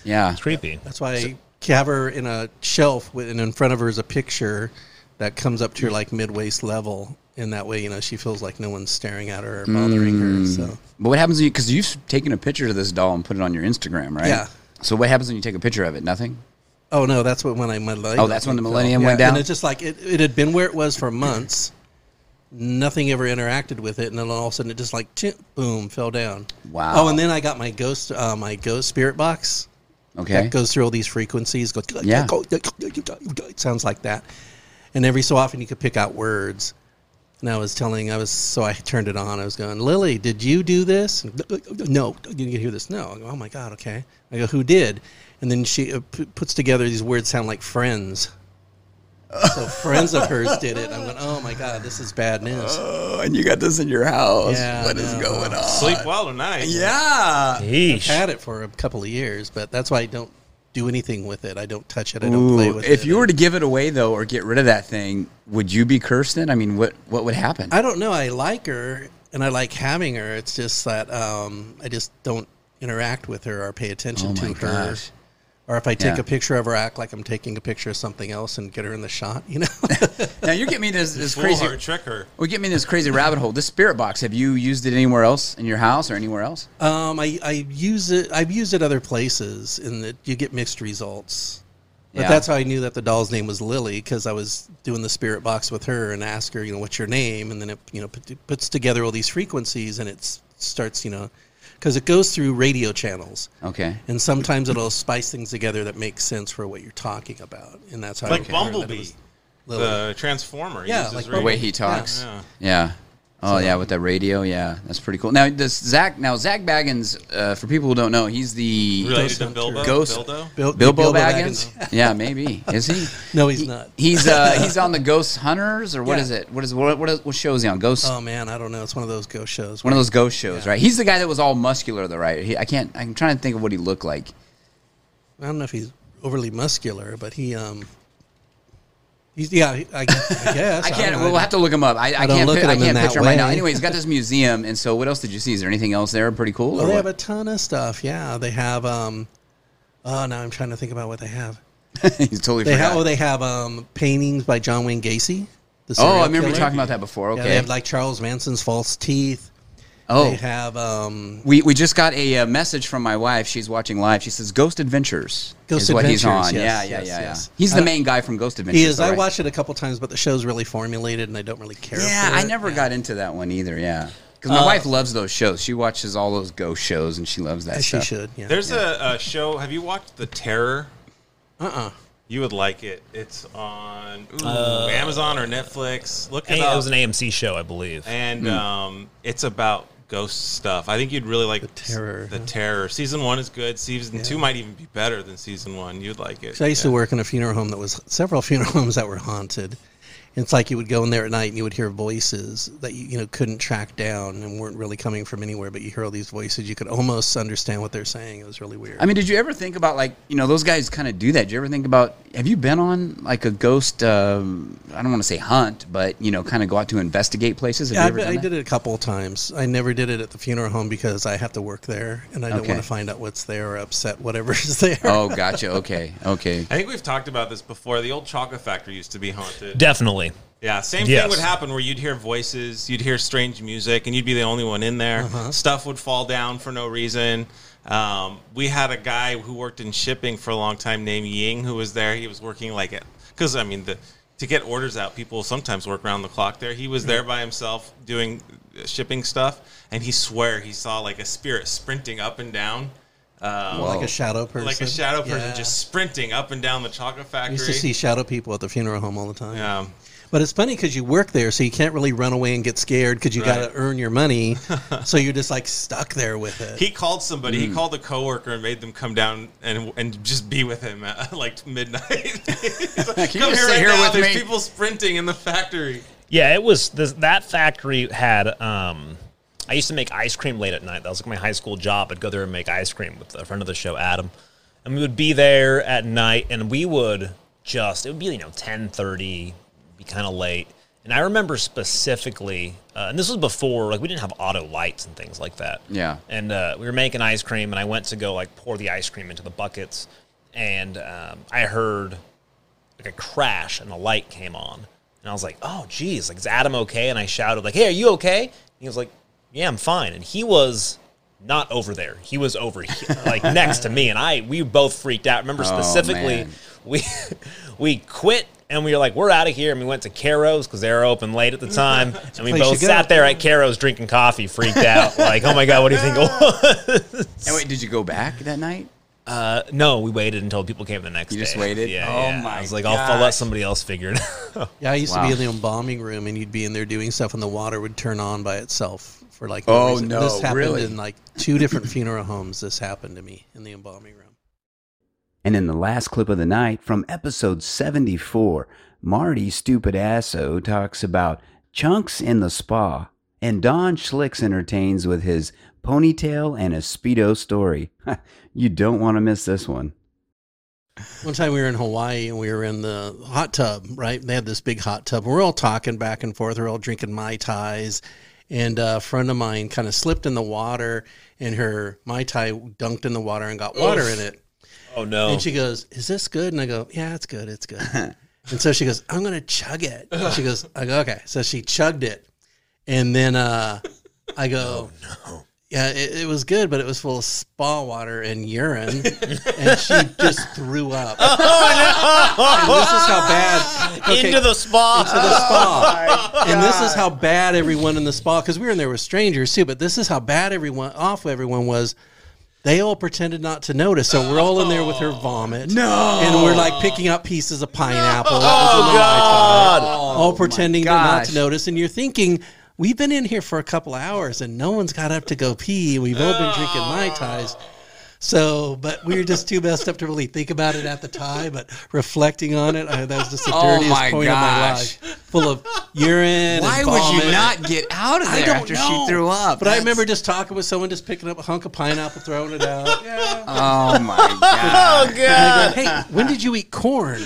E: Yeah.
B: It's creepy.
D: That's why I have her in a shelf, with, and in front of her is a picture that comes up to
E: Mm.
D: her like mid waist level. And that way, you know, she feels like no one's staring at her or bothering
E: Mm.
D: her. So
E: But what happens when you because you've taken a picture of this doll and put it on your Instagram, right?
D: Yeah.
E: So what happens when you take a picture of it? Nothing.
D: Oh no, that's what when I millennium.
E: Oh, that's when the
D: thing
E: millennium
D: fell.
E: went down?
D: And it's just like it, it had been where it was for months. Nothing ever interacted with it, and then all of a sudden it just like tch, boom fell down.
E: Wow.
D: Oh, and then I got my ghost, uh, my ghost spirit box
E: Okay.
D: that goes through all these frequencies. Goes,
E: Yeah.
D: It sounds like that, and every so often you could pick out words. And I was telling, I was so I turned it on. I was going, Lily, did you do this? No, you can hear this. No. I go, oh my god, okay. I go, who did? And then she uh, p- puts together these words sound like friends. So friends of hers did it. I'm going, oh my god, this is bad news.
J: Oh, and you got this in your house.
D: Yeah,
J: What is
D: no.
J: going on?
C: Sleep well tonight.
J: Yeah.
K: Yeesh.
D: Had it for a couple of years, but that's why I don't do anything with it. I don't touch it. I don't
E: Ooh,
D: play with it.
E: if you were to give it away though, or get rid of that thing, would you be cursed then? I mean, what what would happen?
D: I don't know. I like her and I like having her. It's just that um, I just don't interact with her or pay attention
E: Oh
D: to
E: my
D: her.
E: gosh.
D: Or if I take
E: Yeah.
D: a picture of her, act like I'm taking a picture of something else and get her in the shot, you know?
E: now you get me this, this
C: Fool
E: crazy.
C: her, trick her.
E: We get me this crazy rabbit hole. This spirit box. Have you used it anywhere else in your house or anywhere else?
D: um, I, I use it. I've used it other places, and that you get mixed results. But
E: Yeah.
D: that's how I knew that the doll's name was Lily because I was doing the spirit box with her and ask her, you know, what's your name, and then it, you know, put, puts together all these frequencies and it s- starts, you know, because it goes through radio channels.
E: Okay.
D: And sometimes it'll spice things together that make sense for what you're talking about, and that's how I
C: Like
D: remember that it
C: Bumblebee,
D: was Lily.
C: the Transformer.
D: Yeah,
C: uses
D: like
E: The
C: radio.
E: way he talks.
C: Yeah.
E: Yeah. Oh yeah, with that radio. Yeah, that's pretty cool. Now this Zach. Now Zach Baggins. Uh, for people who don't know, he's the
C: Related to Bilbo.
E: Ghost-
C: Bilbo?
D: Bil-
E: Bilbo, Baggins. yeah, maybe is he?
D: No, he's
E: He-
D: not.
E: He's uh, he's on the Ghost Hunters or what
D: Yeah.
E: is it? What is what what, is, what show is he on? Ghost.
D: Oh man, I don't know. It's one of those ghost shows.
E: one
D: where-
E: of those ghost shows, right? He's the guy that was all muscular, though, right? He, I can't. I'm trying to think of what he looked like.
D: I don't know if he's overly muscular, but he um, he's yeah. I, I guess I,
E: I
D: don't
E: can't.
D: know.
E: We'll have to look him up. I, I,
D: don't
E: can't.
D: look
E: pi-
D: at
E: I
D: him in
E: can't
D: that
E: picture him right now.
D: way.
E: Anyway, he's got this museum, and so what else did you see? Is there anything else there pretty cool?
D: Oh,
E: or
D: they have
E: what?
D: a ton of stuff. Yeah, they have. Um, oh, now I'm trying to think about what they have.
E: He's totally.
D: They
E: forgot.
D: have. Oh, they have um, paintings by John Wayne Gacy. the
E: oh, I
D: serial
E: remember you
D: killer.
E: talking about that before.
D: Yeah,
E: Okay.
D: they have like Charles Manson's false teeth.
E: oh,
D: They have um,
E: we, we just got a, uh message from my wife. She's watching live. She says Ghost Adventures
D: Ghost
E: is what he's
D: Adventures,
E: on. yeah,
D: yes,
E: yeah,
D: yes,
E: yeah, yeah.
D: yes.
E: He's
D: I
E: the
D: don't-
E: main guy from Ghost Adventures.
D: He is.
E: though,
D: I
E: right?
D: watched it a couple times, but the show's really formulated, and I don't really care.
E: Yeah,
D: for
E: I
D: it.
E: never
D: Yeah. Uh,
E: got into that one either. Yeah, because my wife loves those shows. She watches all those ghost shows and she loves that.
D: As she
E: stuff.
D: should. Yeah.
C: There's a, a show. Have you watched The Terror? Uh uh
D: Uh-uh.
C: You would like it. It's on ooh,
D: Uh,
C: Amazon or Netflix. Look it
B: A- it
C: up.
B: was an AMC show, I believe.
C: and
D: Hmm.
C: um, it's about ghost stuff. I think you'd really like the
D: Terror,
C: The
D: huh?
C: terror. Season one is good. Season two might even be better than season one. You'd like it.
D: 'Cause I used to work in a funeral home that was several funeral homes that were haunted. It's like you would go in there at night and you would hear voices that you, you know couldn't track down and weren't really coming from anywhere, but you hear all these voices. You could almost understand what they're saying. It was really weird.
E: I mean, did you ever think about like you know those guys kind of do that? Did you ever think about? Have you been on like a ghost? Um, I don't want to say hunt, but you know, kind of go out to investigate places. Have
D: yeah,
E: you
D: I,
E: ever
D: bet-
E: done
D: I
E: that?
D: did it a couple of times. I never did it at the funeral home because I have to work there and I don't
E: Okay.
D: want to find out what's there or upset whatever's there.
E: Oh, gotcha. Okay, okay.
C: I think we've talked about this before. The old chocolate factory used to be haunted.
B: Definitely.
C: yeah, same
B: Yes.
C: thing would happen where you'd hear voices, you'd hear strange music, and you'd be the only one in there.
D: Uh-huh.
C: Stuff would fall down for no reason. Um, we had a guy who worked in shipping for a long time named Ying who was there. He was working like it because I mean the to get orders out, people sometimes work around the clock there. He was there by himself doing uh, shipping stuff, and he swear he saw like a spirit sprinting up and down. Um,
D: like a shadow person.
C: like a shadow person
D: Yeah.
C: just sprinting up and down the chocolate
D: I
C: factory.
D: used to see shadow people at the funeral home all the time.
C: Um,
D: But it's funny because you work there, so you can't really run away and get scared because you
C: Right.
D: got to earn your money. so you're just like stuck there with it.
C: he called somebody.
B: Mm.
C: He called a coworker and made them come down and and just be with him at like midnight. He's like,
E: you
C: come
E: just
C: here
E: sit
C: right
E: here
C: now.
E: with
C: There's
E: me?"
C: people sprinting in the factory.
B: Yeah, it was this, that factory had. Um, I used to make ice cream late at night. That was like my high school job. I'd go there and make ice cream with a friend of the show, Adam, and we would be there at night, and we would just it would be you know ten thirty, be kind of late. And I remember specifically, uh, and this was before like we didn't have auto lights and things like that.
E: Yeah.
B: and uh, we were making ice cream, and I went to go like pour the ice cream into the buckets, and um, I heard like a crash and a light came on. And I was like, oh, geez, like, is Adam okay? And I shouted, like, hey, are you okay? And he was like, yeah, I'm fine. And he was not over there. He was over here, like next to me. And I, we both freaked out. Remember specifically,
E: Oh, man.
B: we, we quit and we were like, we're out of here. And we went to Caro's because they were open late at the time. And we
D: place you
B: both
D: go.
B: sat there at Caro's drinking coffee, freaked out. like, oh my God, what do you think it was?
E: And wait, did you go back that night?
B: No, we waited until people came the next day.
E: Uh, You just waited?
B: Yeah.
E: Oh
B: yeah.
E: my
B: I was like, I'll, I'll let somebody else figure it out.
D: yeah, I used
E: Wow.
D: to be in the embalming room, and you'd be in there doing stuff, and the water would turn on by itself for like.
E: Oh,
D: reason.
E: no,
D: This happened
E: really?
D: in like two different funeral homes. This happened to me in the embalming room.
A: And in the last clip of the night from episode 74, Marty Stupid Asso talks about chunks in the spa, and Don Schlicks entertains with his ponytail and a Speedo story. you don't want to miss this one.
D: One time we were in Hawaii and we were in the hot tub, right? They had this big hot tub. We're all talking back and forth. We're all drinking Mai Tais. And a friend of mine kind of slipped in the water and her Mai Tai dunked in the water and got water in it.
B: Oh no!
D: And she goes, Is this good? And I go, Yeah, it's good. It's good. and so she goes, I'm going to chug it. And she goes, I go, Okay. So she chugged it. And then uh, I go, Yeah, it, it was good, but it was full of spa water and urine. and she just threw up. And this is how bad. Okay,
B: Oh, Into the spa.
D: to the spa. and this is how bad everyone in the spa, because we were in there with strangers too, but this is how bad everyone, awful everyone was. They all pretended not to notice. So we're all in there with her vomit. No. And we're like picking up pieces of pineapple. that was in the
B: Oh, God.
D: iPod,
I: Oh
D: all pretending to not to notice. And you're thinking, we've been in here for a couple hours and no one's got up to go pee. We've all been drinking Mai Tais. So, but we were just too messed up to really think about it at the time. But reflecting on it, I, that was just the
I: Oh
D: dirtiest
I: my
D: point of my life, full of urine.
I: Why
D: and
I: would you
D: vomit.
I: not get out of
D: I
I: there
D: don't
I: after
D: know.
I: she threw up?
D: But I remember just talking with someone, just picking up a hunk of pineapple, throwing it out. Yeah.
I: Oh my god!
B: Oh god!
D: hey, when did you eat corn?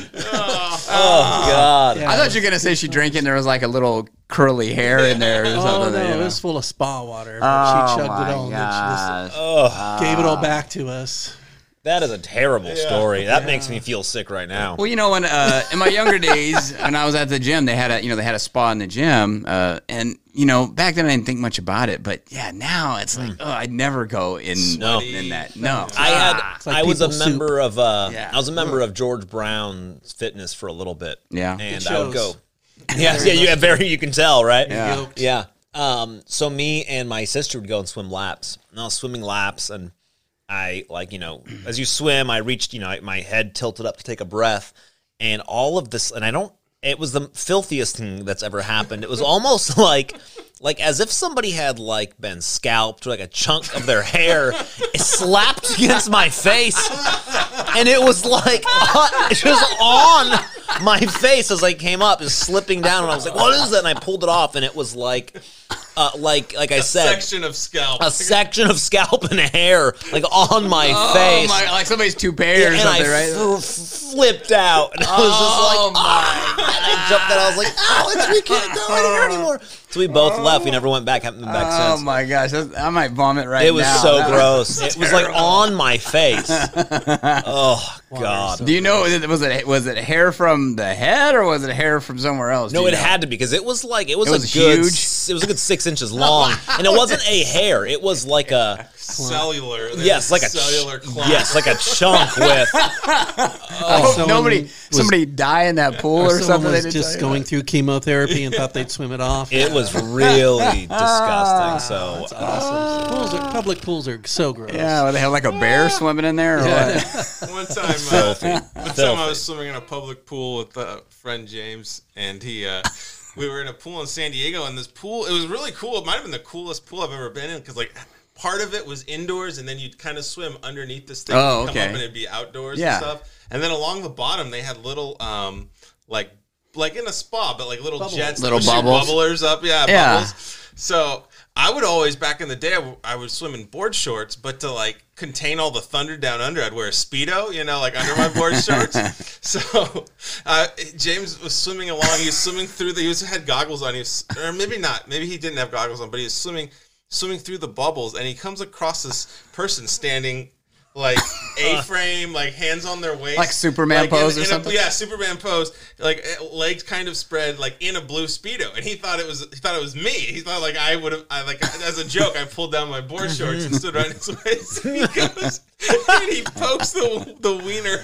B: Oh god!
I: I thought you were gonna say she drank it. and There was like a little curly hair in there or
D: Oh
I: something.
D: no,
I: you
D: it
I: know.
D: was full of spa water. But she chugged
I: Oh my
D: it all and then she just
B: Oh,
D: gave it all back to us.
B: that is a terrible story. That makes me feel sick right now.
I: Well, you know, when uh, in my younger days, when I was at the gym, they had a you know they had a spa in the gym, uh, and you know back then I didn't think much about it, but yeah, now it's like
D: Hmm.
I: oh, I'd never go in
B: No.
I: in that. No,
B: I had
D: It's like
B: I was a
D: people soup.
B: member of uh
I: Yeah.
B: I was a member of George Brown's fitness for a little bit.
I: Yeah.
B: And
D: It
B: I would go
D: shows.
B: Yeah, yeah, you have very you can tell, right?
I: Yeah.
D: Yoked.
B: Yeah. Um so me and my sister would go and swim laps. And I was swimming laps and I like, you know, as you swim, I reached, you know, I, my head tilted up to take a breath and all of this and I don't it was the filthiest thing that's ever happened. It was almost like like as if somebody had like been scalped like a chunk of their hair slapped against my face and it was like on, just on my face as I came up, is slipping down, and I was like, "What is that?" And I pulled it off, and it was like, uh, like, like I said,
C: Section of scalp.
B: a section of scalp and hair, like on my
I: oh
B: face,
I: my, like somebody's toupee or
B: and I
I: something, right?
B: f- flipped out, and I was
I: Oh,
B: just like, "Ah!" And I jumped out. I was like, "Alex, we can't go in here anymore." So we both left. We never went back. Haven't been back
I: Oh
B: since.
I: my gosh, that's- I might vomit right now.
B: It was so
I: That-
B: gross. it was like on my face. oh god.
I: Do you know was it was it was it hair from the head or was it hair from somewhere else? Do
B: No,
I: you
B: it
I: know?
B: had to be because it was like it was,
I: It
B: a
I: was
B: good.
I: huge.
B: s- It was a good six inches long, and it wasn't a hair. It was like a
C: cellular. There's
B: yes, like a ch-
C: cellular clump.
B: yes, like a chunk with.
I: I hope
D: Someone
I: nobody
D: was-
I: somebody die in that pool or,
D: Or
I: something.
D: someone
I: they
D: was
I: didn't tell
D: just
I: you?
D: going through chemotherapy and thought they'd swim it off.
B: It was really disgusting. So uh,
D: awesome. Pools are, public pools are so gross.
I: Yeah, well, they have like a bear swimming in there. Or what?
C: One time, uh,
B: filthy,
C: one time I
B: filthy.
C: was swimming in a public pool with uh, friend James, and he, uh, we were in a pool in San Diego, and this pool, it was really cool. It might have been the coolest pool I've ever been in because like part of it was indoors, and then you'd kind of swim underneath this thing,
I: Oh,
C: and
I: okay.
C: come up, and it'd be outdoors
I: Yeah.
C: and stuff. And then along the bottom, they had little, um, like like in a spa, but like little jets,
I: Little
C: that shoot
I: bubbles.
C: bubblers up, yeah,
I: Yeah.
C: bubbles. So I would always back in the day, I w- I would swim in board shorts, but to like contain all the thunder down under, I'd wear a speedo, you know, like under my board shorts. So uh, James was swimming along. He was swimming through the. He was had goggles on. He was, or maybe not. Maybe he didn't have goggles on, but he was swimming swimming through the bubbles, and he comes across this person standing. Like a frame, like hands on their waist,
I: Like Superman
C: in-
I: pose or
C: in a-
I: something?
C: yeah, yeah, Superman pose, like eh, legs kind of spread, like in a blue speedo, and he thought it was he thought it was me. He thought like I would have, I like as a joke, I pulled down my board shorts and stood right his waist. He goes, and he pokes the the wiener,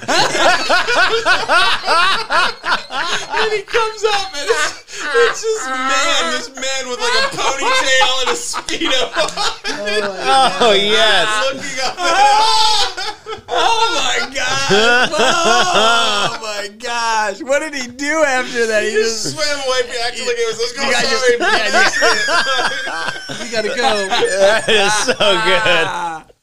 C: and he comes up, and it's, it's just man, this man with like a ponytail and a speedo, on,
B: Oh yes.
C: looking up. At him.
I: Oh my gosh! Oh my gosh! What did he do after that? He just
C: Swam away, acting like it was. Let's go.
I: You guys just-
C: Sorry,
I: yeah,
C: man."
D: You gotta go.
B: That is so good.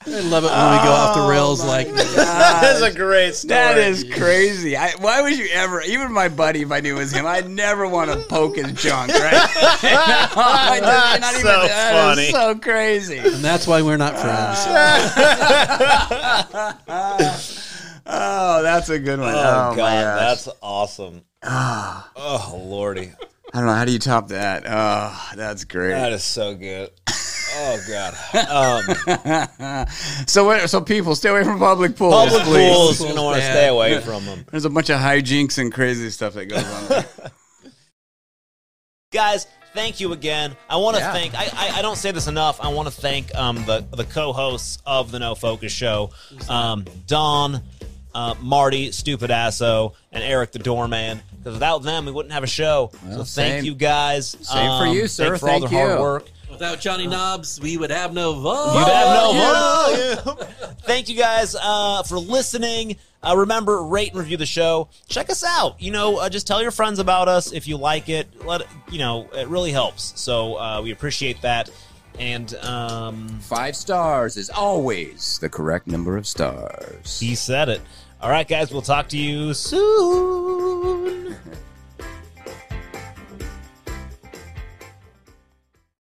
D: I love it when we go
I: Oh
D: off the rails like this.
L: That's a great story.
E: That is crazy. I, why would you ever? Even my buddy, if I knew it was him, I'd never want to poke his junk,
B: Oh,
E: right? I just-
L: That's
E: not even-
L: so
E: that
L: funny.
E: is so crazy.
D: And that's why we're not friends.
E: Oh, that's a good
L: Oh,
E: one. Oh,
L: God,
E: my gosh.
L: that's awesome. oh lordy,
E: I don't know. How do you top that? Oh, that's great.
L: that is so good. Oh god, um,
E: So, what, so people, stay away from public pools.
L: public
E: please.
L: pools. You don't want to
D: bad.
L: stay away from them.
E: There's a bunch of hijinks and crazy stuff that goes on. There.
B: guys thank you again i want to thank I, I i don't say this enough i want to thank um the the co-hosts of the no focus show um don uh, Marty, stupid asso, and Eric the doorman. Because without them, we wouldn't have a show. so thank
E: same.
B: you guys.
E: Same for you, sir.
B: Thanks for all
E: Thank
B: their hard
E: you.
B: work.
D: Without Johnny Knobs, we would have no
B: You
D: vote.
B: have no vote. Oh, Thank you guys uh, for listening. Uh, remember, rate and review the show. Check us out. You know, uh, just tell your friends about us if you like it. Let you know, it really helps. So uh, we appreciate that. And um,
E: Five stars is always the correct number of stars.
B: he said it. All right, guys, we'll talk to you soon.